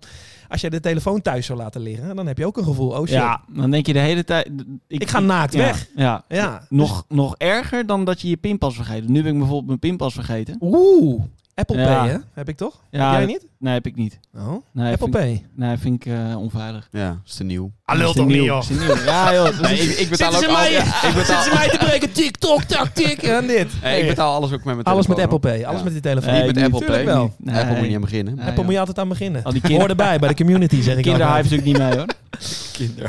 Speaker 1: Als jij de telefoon thuis zou laten liggen, dan heb je ook een gevoel. Oh shit,
Speaker 2: Ja, dan denk je de hele tijd...
Speaker 1: ik ga naakt
Speaker 2: ja,
Speaker 1: weg.
Speaker 2: Ja.
Speaker 1: Ja.
Speaker 2: Nog, nog erger dan dat je je pinpas vergeet. Nu ben ik bijvoorbeeld mijn pinpas vergeten.
Speaker 1: Oeh, Apple
Speaker 2: Ja.
Speaker 1: Pay hè? Heb ik toch?
Speaker 2: Ja,
Speaker 1: heb jij niet?
Speaker 2: Nee, heb ik niet.
Speaker 1: Oh,
Speaker 2: Nee,
Speaker 1: Apple
Speaker 2: vind ik-
Speaker 1: Pay.
Speaker 2: Nee, vind ik eh, onveilig.
Speaker 3: Ja, is te nieuw.
Speaker 1: Ah,
Speaker 2: Dat is nieuw. Dat is nieuw. Ja, joh. dat is-
Speaker 3: ik, ik betaal
Speaker 1: Zitten
Speaker 3: ook
Speaker 1: ze,
Speaker 3: al-
Speaker 1: mij,
Speaker 3: ja, ik
Speaker 1: zitten
Speaker 3: betaal,
Speaker 1: ze mij te breken? TikTok, tak, tik en dit.
Speaker 3: eh, ik betaal alles ook met mijn telefoon.
Speaker 1: Alles met Apple
Speaker 3: hoor.
Speaker 1: Pay, alles
Speaker 3: Ja.
Speaker 1: met die telefoon.
Speaker 2: Nee,
Speaker 3: Niet met
Speaker 2: niet.
Speaker 3: Apple Pay.
Speaker 1: Tuurlijk wel.
Speaker 2: Nee.
Speaker 3: Apple moet je niet aan beginnen.
Speaker 2: Nee,
Speaker 1: Apple moet je
Speaker 2: joh.
Speaker 1: altijd aan beginnen.
Speaker 2: Al die
Speaker 1: Hoor
Speaker 2: kinderen,
Speaker 1: erbij, bij de community zeg ik
Speaker 2: kinderen
Speaker 1: altijd.
Speaker 2: hype ik niet mee, hoor.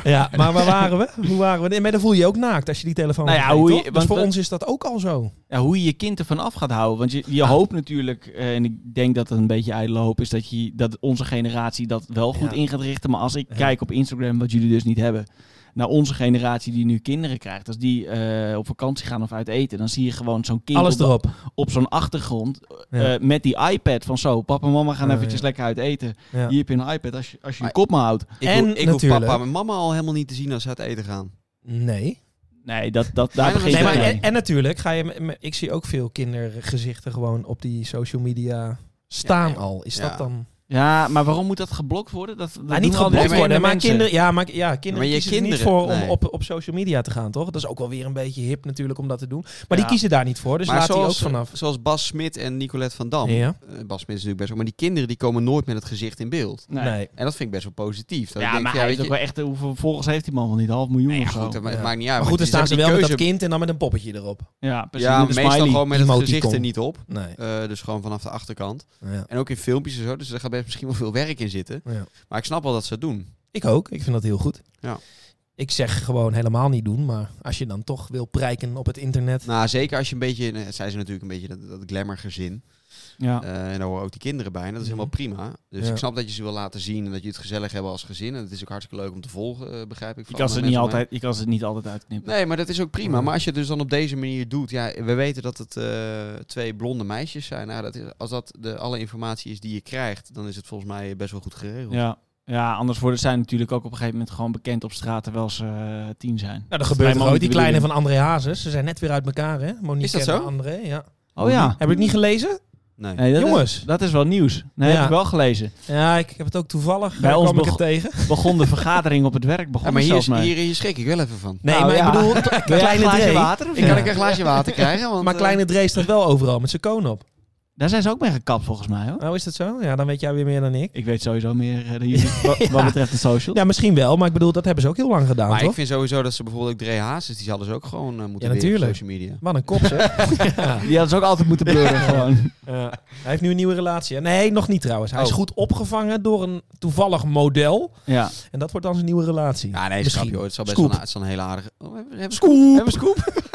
Speaker 1: Ja, maar waar waren we? Hoe waren we? Nee, maar dan voel je je ook naakt als je die telefoon
Speaker 2: Nou ja,
Speaker 1: vergeet,
Speaker 2: hoe je-
Speaker 1: toch? Dus
Speaker 2: want
Speaker 1: voor
Speaker 2: we-
Speaker 1: ons is dat ook al zo.
Speaker 2: Ja, hoe je je kind ervan af gaat houden. Want je, je hoopt natuurlijk, eh, en ik denk dat het een beetje ijdele hoop is, dat, je, dat onze generatie dat wel goed
Speaker 1: Ja.
Speaker 2: in gaat richten. Maar als ik
Speaker 1: Ja.
Speaker 2: kijk op Instagram, wat jullie dus niet hebben, naar onze generatie die nu kinderen krijgt, als die eh, op vakantie gaan of uit eten, dan zie je gewoon zo'n kind
Speaker 1: Alles
Speaker 2: op,
Speaker 1: erop.
Speaker 2: op zo'n achtergrond eh,
Speaker 1: Ja.
Speaker 2: met die iPad van zo, papa en mama gaan
Speaker 1: Ja,
Speaker 2: eventjes
Speaker 1: ja.
Speaker 2: lekker uit eten.
Speaker 1: Ja.
Speaker 2: Hier heb je een iPad als je als je, je
Speaker 3: Maar-
Speaker 2: kop maar houdt.
Speaker 3: Ik,
Speaker 1: En
Speaker 3: hoef, ik hoef
Speaker 1: natuurlijk-
Speaker 3: papa en mama al helemaal niet te zien als ze uit eten gaan.
Speaker 1: Nee.
Speaker 2: Nee, dat, dat, daar
Speaker 3: Maar-
Speaker 2: begint
Speaker 1: nee
Speaker 2: het
Speaker 1: maar,
Speaker 2: mee.
Speaker 1: en, en natuurlijk ga je... me- me- Ik zie ook veel kindergezichten gewoon op die social media staan
Speaker 3: Ja, ja.
Speaker 1: al. Is
Speaker 3: Ja.
Speaker 1: dat dan...
Speaker 2: eh, Ja, maar waarom moet dat geblokt worden? Dat, dat
Speaker 1: Maar niet
Speaker 2: doen al die
Speaker 1: geblokt
Speaker 3: maar-
Speaker 1: worden, maar
Speaker 2: mensen.
Speaker 1: kinderen, ja, maar, ja, kinderen
Speaker 3: Maar je
Speaker 1: kiezen er
Speaker 3: kinderen,
Speaker 1: niet voor om
Speaker 3: nee.
Speaker 1: op, op social media te gaan, toch? Dat is ook wel weer een beetje hip natuurlijk om dat te doen. Maar
Speaker 2: Ja.
Speaker 1: die kiezen daar niet voor, dus
Speaker 3: Maar
Speaker 1: laat die ook
Speaker 3: zoals,
Speaker 1: vanaf.
Speaker 3: Zoals Bas Smit en Nicolette van Dam.
Speaker 1: Ja.
Speaker 3: Eh, Bas Smit is natuurlijk best wel... Maar die kinderen die komen nooit met het gezicht in beeld.
Speaker 2: Nee.
Speaker 1: Nee.
Speaker 3: En dat vind ik best wel positief. Dat
Speaker 2: Ja,
Speaker 3: ik denk,
Speaker 2: maar
Speaker 3: ja,
Speaker 2: hij
Speaker 3: weet
Speaker 2: heeft ook
Speaker 3: je-
Speaker 2: wel echt... eh, Hoeveel volgers heeft die man wel niet? Een half miljoen
Speaker 3: Nee,
Speaker 2: of zo.
Speaker 3: goed, eh, dat ma-
Speaker 1: Ja.
Speaker 3: maakt niet uit.
Speaker 1: Maar goed, dan
Speaker 3: ze
Speaker 1: staan ze
Speaker 3: hebben
Speaker 1: wel
Speaker 3: die
Speaker 1: met dat
Speaker 3: keuze-
Speaker 1: kind en dan met een poppetje erop.
Speaker 2: Ja, precies.
Speaker 3: Ja,
Speaker 2: Een
Speaker 3: meestal
Speaker 2: smiley.
Speaker 3: gewoon met het
Speaker 1: Emoticon.
Speaker 3: gezicht er niet op.
Speaker 1: Nee.
Speaker 3: Eh, dus gewoon vanaf de achterkant.
Speaker 1: Ja.
Speaker 3: En ook in filmpjes en zo. Dus daar gaat best misschien wel veel werk in zitten.
Speaker 1: Ja.
Speaker 3: Maar ik snap wel dat ze het doen.
Speaker 1: Ik ook, ik vind dat heel goed.
Speaker 3: Ja.
Speaker 1: Ik zeg gewoon helemaal niet doen, maar als je dan toch wil prijken op het internet.
Speaker 3: Nou, zeker als je een beetje... eh, Zij zijn natuurlijk een beetje dat, dat glamour gezin.
Speaker 2: Ja.
Speaker 3: Eh, en daar horen ook die kinderen bij. En dat is
Speaker 1: Mhm.
Speaker 3: helemaal prima. Dus
Speaker 1: Ja.
Speaker 3: ik snap dat je ze wil laten zien. En dat je het gezellig hebben als gezin. En het is ook hartstikke leuk om te volgen, eh, begrijp ik.
Speaker 2: Je
Speaker 3: van
Speaker 2: kan, ze
Speaker 3: andere
Speaker 2: niet
Speaker 3: mensen om mij.
Speaker 2: altijd, je kan ze niet altijd uitknippen.
Speaker 3: Nee, maar dat is ook prima. Maar als je het dus dan op deze manier doet... Ja, we weten dat het eh, twee blonde meisjes zijn. Nou, dat is, als dat de, alle informatie is die je krijgt... dan is het volgens mij best wel goed geregeld.
Speaker 2: Ja. ja, anders worden zij natuurlijk ook op een gegeven moment gewoon bekend op straat terwijl ze eh, tien zijn.
Speaker 1: Nou, dat gebeurt
Speaker 2: Mijn
Speaker 1: er
Speaker 2: man
Speaker 1: ook. Die
Speaker 2: die
Speaker 1: kleine van
Speaker 2: bedoeling. André
Speaker 1: André Hazes, ze zijn net weer uit elkaar, hè? Monique
Speaker 3: Is dat
Speaker 1: en
Speaker 3: zo?
Speaker 1: André, ja.
Speaker 2: Oh ja.
Speaker 1: Heb ik niet gelezen?
Speaker 3: Nee.
Speaker 2: Nee, dat
Speaker 1: Jongens.
Speaker 2: Is, dat is wel nieuws. Nee,
Speaker 1: Ja.
Speaker 2: heb ik wel gelezen.
Speaker 1: Ja, ik heb het ook toevallig.
Speaker 2: Bij
Speaker 1: Bij
Speaker 2: ons
Speaker 1: kwam ik
Speaker 2: nog-
Speaker 1: het tegen.
Speaker 2: Begon de vergadering op het werk. Begon
Speaker 3: Ja, maar
Speaker 2: er
Speaker 3: hier,
Speaker 2: zelfs
Speaker 3: is-
Speaker 2: mee.
Speaker 3: hier, hier schrik ik wel even van.
Speaker 1: Nee,
Speaker 2: Nou,
Speaker 1: maar
Speaker 2: ja.
Speaker 1: ik bedoel,
Speaker 2: Wil jij een
Speaker 1: kleine
Speaker 2: glaasje
Speaker 1: Dre.
Speaker 2: water of
Speaker 3: Ik
Speaker 2: zo?
Speaker 3: kan ik een glaasje water krijgen? Want,
Speaker 1: maar
Speaker 3: eh,
Speaker 1: kleine Dre staat wel overal met zijn koon op.
Speaker 2: Daar zijn ze ook mee gekapt volgens mij hoor.
Speaker 1: Nou, is dat zo? Ja, dan weet jij weer meer dan ik.
Speaker 2: Ik weet sowieso meer eh, dan jullie wa- wat,
Speaker 1: Ja.
Speaker 2: betreft de social.
Speaker 1: Ja, misschien wel, maar ik bedoel, dat hebben ze ook heel lang gedaan,
Speaker 3: maar
Speaker 1: toch?
Speaker 3: ik vind sowieso dat ze bijvoorbeeld ook Dre Hazes... die hadden ze ook gewoon eh, moeten
Speaker 1: Ja,
Speaker 3: leren op
Speaker 1: natuurlijk.
Speaker 3: social media.
Speaker 1: Wat een kop, zeg. ja.
Speaker 2: Die hadden ze ook altijd moeten blurren gewoon.
Speaker 1: Ja. Hij heeft nu een nieuwe relatie. hè? Nee, nog niet trouwens. Hij is
Speaker 3: Oh.
Speaker 1: goed opgevangen door een toevallig model.
Speaker 2: Ja.
Speaker 1: En dat wordt dan zijn nieuwe relatie.
Speaker 3: Ja, Ah, nee,
Speaker 1: Misschien.
Speaker 3: schrapje hoor. Het zal best
Speaker 1: Scoop.
Speaker 3: wel een, het zal een hele aardige... Oh, hebben we- hebben we
Speaker 1: Scoop!
Speaker 3: Hebben we scoop?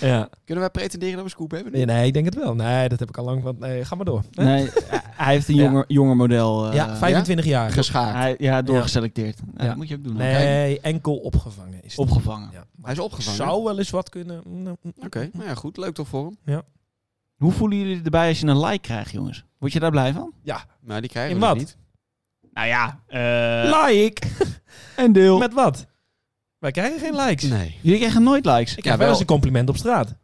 Speaker 1: Ja.
Speaker 3: Kunnen wij pretenderen dat we scoop hebben?
Speaker 1: Nee, nee, ik denk het wel. Nee, dat heb ik al lang. Want, nee, ga maar door. Hè?
Speaker 2: Nee, hij heeft een
Speaker 1: Ja.
Speaker 2: jonger, jonger model. eh,
Speaker 1: ja, 25 jaar.
Speaker 3: Geschaakt. Hij,
Speaker 2: hij, ja, doorgeselecteerd. Ja,
Speaker 1: Ja.
Speaker 2: Dat moet je ook doen. hoor.
Speaker 1: Nee, enkel opgevangen is het.
Speaker 2: Opgevangen.
Speaker 1: Ja.
Speaker 3: is opgevangen.
Speaker 1: Zou wel eens wat kunnen. Mm, mm,
Speaker 3: Oké, nou ja, goed. Leuk toch voor hem?
Speaker 2: Hoe voelen jullie erbij als je een like krijgt, jongens? Word je daar blij van?
Speaker 3: Maar die krijgen
Speaker 1: In
Speaker 3: we dus
Speaker 1: wat?
Speaker 3: niet.
Speaker 2: Nou ja, Eh.
Speaker 1: like!
Speaker 2: een deel.
Speaker 1: Met wat? Wij krijgen geen likes.
Speaker 3: Nee.
Speaker 2: Jullie krijgen nooit likes.
Speaker 1: Ik
Speaker 3: Ja,
Speaker 1: krijg wel
Speaker 3: wel.
Speaker 1: eens een compliment op straat.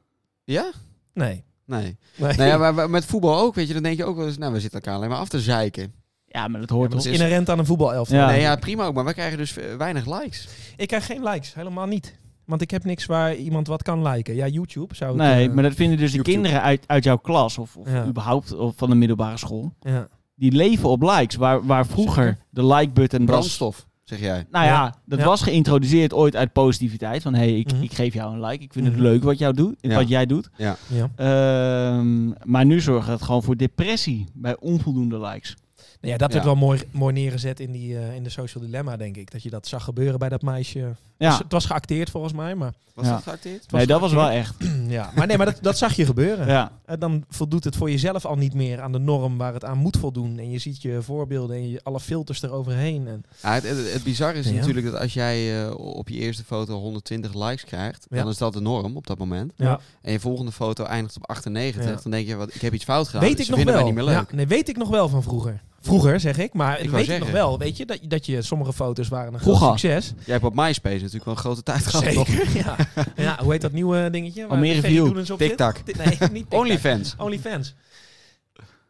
Speaker 3: Ja?
Speaker 1: Nee.
Speaker 3: Nee.
Speaker 1: nee.
Speaker 3: Nou ja, maar, maar met voetbal ook, weet je. Dan denk je ook wel eens... Nou, we zitten elkaar alleen maar af te zeiken.
Speaker 2: Ja, maar dat
Speaker 1: Ja,
Speaker 2: hoort
Speaker 1: maar dat
Speaker 2: toch?
Speaker 1: is inherent aan een voetbalelftal.
Speaker 2: Ja.
Speaker 3: Nee, ja, prima ook. Maar wij krijgen dus eh, weinig likes.
Speaker 1: Ik krijg geen likes, helemaal niet. Want ik heb niks waar iemand wat kan liken. Ja, YouTube zou het...
Speaker 2: Nee,
Speaker 1: eh,
Speaker 2: maar dat vinden dus de
Speaker 3: YouTube.
Speaker 2: kinderen uit, uit jouw klas of, of
Speaker 1: Ja.
Speaker 2: überhaupt of van de middelbare school.
Speaker 1: ja.
Speaker 2: Die leven op likes, waar, waar vroeger de like-button was.
Speaker 3: Brandstof, zeg jij.
Speaker 2: Nou ja, dat
Speaker 1: Ja.
Speaker 2: was geïntroduceerd ooit uit positiviteit. Van hé, hey, ik,
Speaker 1: Mhm.
Speaker 2: ik geef jou een like. Ik vind
Speaker 1: Mhm.
Speaker 2: het leuk wat, jou doet,
Speaker 3: Ja.
Speaker 2: wat jij doet.
Speaker 1: ja.
Speaker 2: Ehm, maar nu zorgt het gewoon voor depressie bij onvoldoende likes.
Speaker 1: Nou ja, dat
Speaker 3: Ja.
Speaker 1: werd wel mooi, mooi neergezet in, die, eh, in de social dilemma, denk ik. Dat je dat zag gebeuren bij dat meisje. Dus
Speaker 2: Ja,
Speaker 1: het was geacteerd volgens mij, maar...
Speaker 3: Was
Speaker 2: Ja.
Speaker 3: dat geacteerd?
Speaker 2: nee, dat was wel echt.
Speaker 1: ja. Maar nee, maar dat, dat zag je gebeuren.
Speaker 2: Ja.
Speaker 1: En dan voldoet het voor jezelf al niet meer aan de norm waar het aan moet voldoen. En je ziet je voorbeelden en je, alle filters eroverheen. En,
Speaker 3: Ja, het, het, het bizar is
Speaker 1: Ja.
Speaker 3: natuurlijk dat als jij eh, op je eerste foto 120 likes krijgt,
Speaker 1: Ja.
Speaker 3: dan is dat de norm op dat moment.
Speaker 1: Ja.
Speaker 3: En je volgende foto eindigt op 98,
Speaker 1: Ja.
Speaker 3: dan denk je, wat, ik heb iets fout gedaan.
Speaker 1: weet
Speaker 3: dus
Speaker 1: ik
Speaker 3: ze
Speaker 1: nog
Speaker 3: vinden
Speaker 1: wel.
Speaker 3: mij niet meer leuk.
Speaker 1: Ja, nee, weet ik nog wel van vroeger. Vroeger zeg ik, maar
Speaker 3: wou
Speaker 1: weet ik
Speaker 3: zeggen.
Speaker 1: nog wel. Weet je dat, dat je sommige foto's waren een groot
Speaker 2: Vroeger.
Speaker 1: succes.
Speaker 3: Jij hebt op MySpace natuurlijk wel een grote tijd gehad. toch?
Speaker 1: Ja. ja. Hoe heet dat nieuwe dingetje?
Speaker 2: Almere
Speaker 1: Ferry
Speaker 2: View.
Speaker 1: Doelens op zit?
Speaker 3: TikTok.
Speaker 1: Ti- Nee, niet TikTok.
Speaker 3: OnlyFans.
Speaker 1: OnlyFans.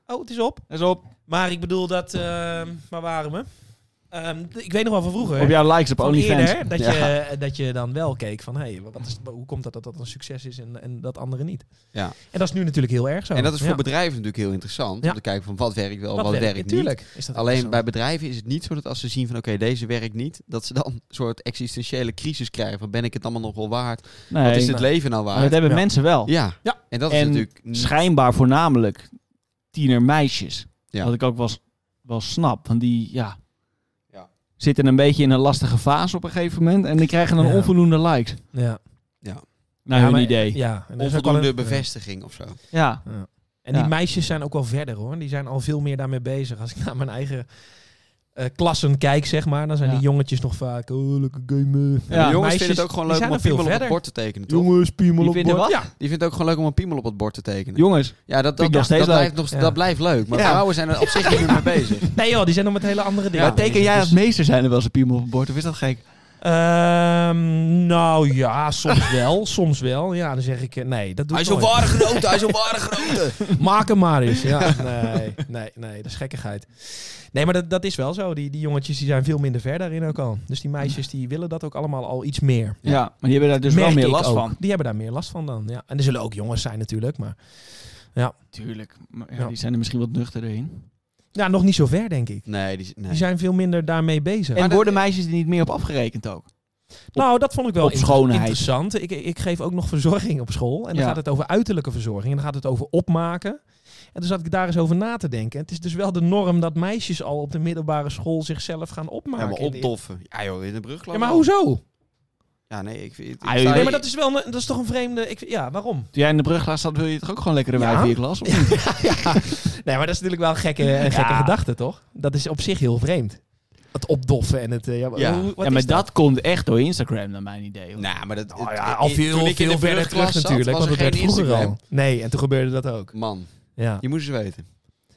Speaker 1: Oh, het is op.
Speaker 2: Dat is op,
Speaker 1: Maar ik bedoel dat... ehm waar waren we? Ehm, d- ik weet nog wel van vroeger.
Speaker 2: op jouw likes op
Speaker 1: Van
Speaker 2: OnlyFans.
Speaker 1: eerder, dat,
Speaker 3: Ja.
Speaker 1: je, eh, dat je dan wel keek van... Hey, wat is, hoe komt dat dat dat een succes is en, en dat andere niet?
Speaker 3: Ja.
Speaker 1: En dat is nu natuurlijk heel erg zo.
Speaker 3: En dat is voor
Speaker 1: Ja.
Speaker 3: bedrijven natuurlijk heel interessant.
Speaker 1: Ja.
Speaker 3: Om te kijken van wat werkt wel,
Speaker 1: Dat
Speaker 3: wat, werkt, niet.
Speaker 1: natuurlijk. Is dat
Speaker 3: Alleen
Speaker 1: interessant.
Speaker 3: bij bedrijven is het niet zo dat als ze zien van oké, deze werkt niet, dat ze dan een soort existentiële crisis krijgen van ben ik het allemaal nog wel waard?
Speaker 2: Nee,
Speaker 3: wat is het
Speaker 1: nou,
Speaker 3: leven nou
Speaker 2: maar dat
Speaker 3: waard?
Speaker 2: hebben
Speaker 1: Ja.
Speaker 2: mensen wel.
Speaker 3: Ja.
Speaker 1: Ja.
Speaker 3: en dat is
Speaker 2: En
Speaker 3: natuurlijk niet-
Speaker 2: Schijnbaar voornamelijk tienermeisjes.
Speaker 3: Ja.
Speaker 2: Wat ik ook wel, s- wel snap. Want die ja,
Speaker 3: Ja.
Speaker 2: zitten een beetje in een lastige fase op een gegeven moment. En die krijgen dan
Speaker 1: Ja.
Speaker 2: onvoldoende likes.
Speaker 1: Ja.
Speaker 2: Naar
Speaker 1: ja,
Speaker 2: hun
Speaker 1: maar-
Speaker 2: idee. Ja.
Speaker 1: Ja. en er is ook al
Speaker 3: onvoldoende
Speaker 1: een- ja.
Speaker 3: bevestiging of zo.
Speaker 1: En
Speaker 2: Ja.
Speaker 1: die meisjes zijn ook wel verder hoor. Die zijn al veel meer daarmee bezig. Als ik naar mijn eigen eh, klassen kijk, zeg maar, dan zijn
Speaker 2: Ja.
Speaker 1: die jongetjes nog vaak. Oh, lekker gamen.
Speaker 2: Ja,
Speaker 3: Ja, de jongens
Speaker 1: meisjes,
Speaker 3: vinden het ook gewoon
Speaker 1: die
Speaker 3: leuk
Speaker 1: zijn
Speaker 3: om een
Speaker 1: er veel
Speaker 3: piemel op het
Speaker 1: verder.
Speaker 3: bord te tekenen, toch?
Speaker 1: Jongens, piemel
Speaker 2: Die
Speaker 1: op
Speaker 2: vinden
Speaker 1: bord.
Speaker 2: wat?
Speaker 1: Ja.
Speaker 3: Die vindt het ook gewoon leuk om een piemel op het bord te tekenen.
Speaker 2: Jongens,
Speaker 3: Ja, dat, dat,
Speaker 2: ik nog
Speaker 3: dat,
Speaker 2: steeds leuk.
Speaker 3: blijft nog,
Speaker 1: Ja.
Speaker 3: dat blijft leuk. Maar
Speaker 2: Ja.
Speaker 3: vrouwen zijn er op zich niet meer mee bezig.
Speaker 1: Nee joh, die zijn nog met hele andere dingen. Dus,
Speaker 2: maar teken jij als
Speaker 1: mee?
Speaker 2: meester zijn er wel eens een piemel op het bord? Of is dat gek?
Speaker 1: Ehm, nou ja, soms wel. soms wel. Ja, dan zeg ik, eh, nee, dat doe
Speaker 3: Hij
Speaker 1: ik
Speaker 3: is een
Speaker 1: nooit.
Speaker 3: ware genoten, hij is een ware genoten.
Speaker 1: Maak hem maar eens. Ja, nee, nee, nee, dat is gekkigheid. Nee, maar dat, dat is wel zo. Die, die jongetjes die zijn veel minder ver daarin ook al. Dus die meisjes die willen dat ook allemaal al iets meer.
Speaker 2: Ja, maar die hebben daar dus
Speaker 1: Merk
Speaker 2: wel meer
Speaker 1: ik
Speaker 2: last
Speaker 1: ook.
Speaker 2: van.
Speaker 1: Die hebben daar meer last van dan. Ja. En er zullen ook jongens zijn natuurlijk. Maar
Speaker 2: Tuurlijk. Maar ja,
Speaker 1: Ja.
Speaker 2: Die zijn er misschien wat nuchterder in.
Speaker 1: ja, nog niet zo ver, denk ik.
Speaker 3: Nee, die, nee.
Speaker 1: Die zijn veel minder daarmee bezig.
Speaker 2: En
Speaker 3: dat-
Speaker 2: worden meisjes er niet meer op afgerekend ook?
Speaker 1: nou, dat vond ik wel
Speaker 2: op
Speaker 1: inter-
Speaker 2: schoonheid.
Speaker 1: interessant. Ik, ik geef ook nog verzorging op school. En dan
Speaker 2: Ja.
Speaker 1: gaat het over uiterlijke verzorging. En dan gaat het over opmaken. En toen zat ik daar eens over na te denken. Het is dus wel de norm dat meisjes al op de middelbare school zichzelf gaan opmaken.
Speaker 3: ja, maar
Speaker 1: in de-
Speaker 3: opdoffen. Ja joh, in de brug
Speaker 1: Ja, maar hoezo?
Speaker 3: Ja, nee, ik vind...
Speaker 2: Ah,
Speaker 3: ik
Speaker 2: joh,
Speaker 3: sta-
Speaker 1: Nee, maar dat is wel een, dat is toch een vreemde. Ik, ja, waarom?
Speaker 2: Toen jij in de bruglaas zat, wil je toch ook gewoon lekkere
Speaker 1: Ja.
Speaker 2: wijf in je klas? Of niet?
Speaker 1: Nee, maar dat is natuurlijk wel een gekke, een gekke
Speaker 2: Ja.
Speaker 1: gedachte, toch? Dat is op zich heel vreemd. Het opdoffen en het. eh, ja, maar
Speaker 3: Ja.
Speaker 1: hoe- wat
Speaker 2: Ja, maar
Speaker 1: is
Speaker 2: dat? komt echt door Instagram, naar mijn idee. hoor.
Speaker 3: Nou, maar dat...
Speaker 1: Nou
Speaker 3: het-
Speaker 1: ja,
Speaker 3: ik-
Speaker 1: al
Speaker 3: ik-
Speaker 1: veel,
Speaker 3: toen ik in
Speaker 1: veel
Speaker 3: de
Speaker 1: verder
Speaker 3: brugklas
Speaker 1: terug
Speaker 3: zat,
Speaker 1: natuurlijk.
Speaker 3: was
Speaker 1: Want
Speaker 3: er
Speaker 1: dat werd
Speaker 3: geen
Speaker 1: vroeger al.
Speaker 3: Instagram.
Speaker 1: Nee, en toen gebeurde dat ook.
Speaker 3: Man,
Speaker 1: Ja.
Speaker 3: je moest eens weten.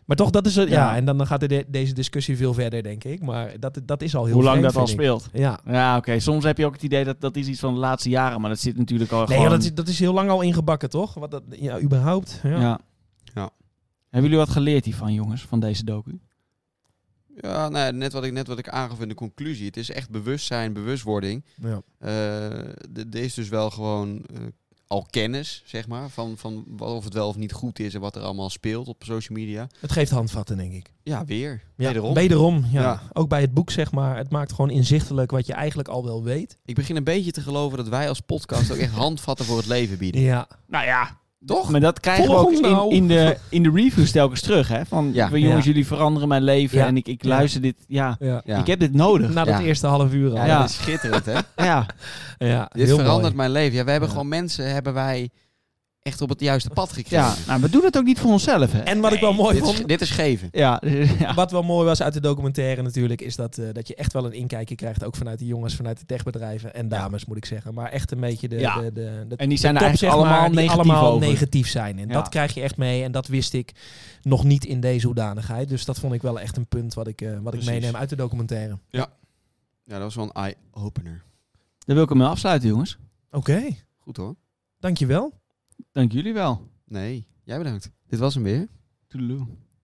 Speaker 1: Maar toch, dat is. het- Ja,
Speaker 2: Ja.
Speaker 1: en dan gaat de- deze discussie veel verder, denk ik. Maar dat, dat is al heel
Speaker 2: Hoe lang
Speaker 1: vreemd,
Speaker 2: dat al
Speaker 1: vind ik.
Speaker 2: speelt.
Speaker 1: Ja.
Speaker 2: Ja, oké. Soms heb je ook het idee dat dat is iets van de laatste jaren, maar dat zit natuurlijk al
Speaker 1: Nee,
Speaker 2: gewoon...
Speaker 1: joh, dat, is, dat is heel lang al ingebakken, toch? Wat dat, ja, überhaupt. Ja.
Speaker 2: Ja.
Speaker 3: Ja.
Speaker 2: Hebben jullie wat geleerd hiervan, jongens, van deze docu?
Speaker 3: Ja, nou, ja, net wat ik, net wat ik aangaf in de conclusie. Het is echt bewustzijn, bewustwording.
Speaker 1: Ja.
Speaker 3: Eh, d- Er is dus wel gewoon eh, al kennis, zeg maar, van, van wat, of het wel of niet goed is en wat er allemaal speelt op social media.
Speaker 1: Het geeft handvatten, denk ik.
Speaker 3: Ja, weer.
Speaker 1: Ja,
Speaker 3: Wederom.
Speaker 1: ja.
Speaker 3: Ja.
Speaker 1: Ook bij het boek, zeg maar. Het maakt gewoon inzichtelijk wat je eigenlijk al wel weet.
Speaker 3: Ik begin een beetje te geloven dat wij als podcast ook echt handvatten voor het leven bieden.
Speaker 1: Ja.
Speaker 2: Nou ja.
Speaker 3: Toch?
Speaker 2: Maar dat krijgen
Speaker 1: Volg
Speaker 2: we
Speaker 1: ons
Speaker 2: ook
Speaker 1: nou.
Speaker 2: in, in, de, in de reviews telkens terug, hè? Van,
Speaker 3: Ja.
Speaker 2: van, jongens,
Speaker 1: Ja.
Speaker 2: jullie veranderen mijn leven
Speaker 1: Ja.
Speaker 2: en ik, ik
Speaker 1: Ja. Nou,
Speaker 2: luister dit... Ja,
Speaker 1: ja.
Speaker 3: Ja.
Speaker 2: ik heb dit nodig.
Speaker 1: Na dat
Speaker 3: Ja.
Speaker 1: eerste half uur al.
Speaker 3: ja,
Speaker 1: Ja,
Speaker 2: Ja.
Speaker 3: dat is schitterend, hè?
Speaker 2: Ja.
Speaker 3: Dit
Speaker 1: heel
Speaker 3: verandert
Speaker 1: mooi.
Speaker 3: mijn leven. Ja, we hebben
Speaker 1: Ja.
Speaker 3: gewoon mensen, hebben wij echt op het juiste pad
Speaker 2: ja.
Speaker 3: gekregen.
Speaker 2: Nou, we doen het ook niet voor onszelf, hè?
Speaker 1: En wat ik wel mooi
Speaker 3: Dit is,
Speaker 1: vond...
Speaker 3: dit is geven.
Speaker 2: Ja. ja.
Speaker 1: Wat wel mooi was uit de documentaire natuurlijk, is dat, eh, dat je echt wel een inkijkje krijgt. Ook vanuit de jongens, vanuit de techbedrijven en dames moet ik zeggen. Maar echt een beetje de,
Speaker 2: Ja.
Speaker 1: de, de, de
Speaker 2: En die zijn er
Speaker 1: top,
Speaker 2: eigenlijk
Speaker 1: zeg maar,
Speaker 2: allemaal
Speaker 1: die
Speaker 2: negatief
Speaker 1: allemaal
Speaker 2: over.
Speaker 1: negatief zijn. En
Speaker 2: Ja.
Speaker 1: dat krijg je echt mee. En dat wist ik nog niet in deze hoedanigheid. Dus dat vond ik wel echt een punt wat ik, eh, wat ik
Speaker 3: Precies.
Speaker 1: meeneem uit de documentaire.
Speaker 3: Ja, dat was wel een eye-opener.
Speaker 2: Daar wil ik hem mee afsluiten, jongens.
Speaker 1: Oké,
Speaker 3: Goed hoor.
Speaker 1: dankjewel.
Speaker 2: Dank jullie wel.
Speaker 3: Nee, jij bedankt. Dit was hem weer.
Speaker 2: Toedeloe.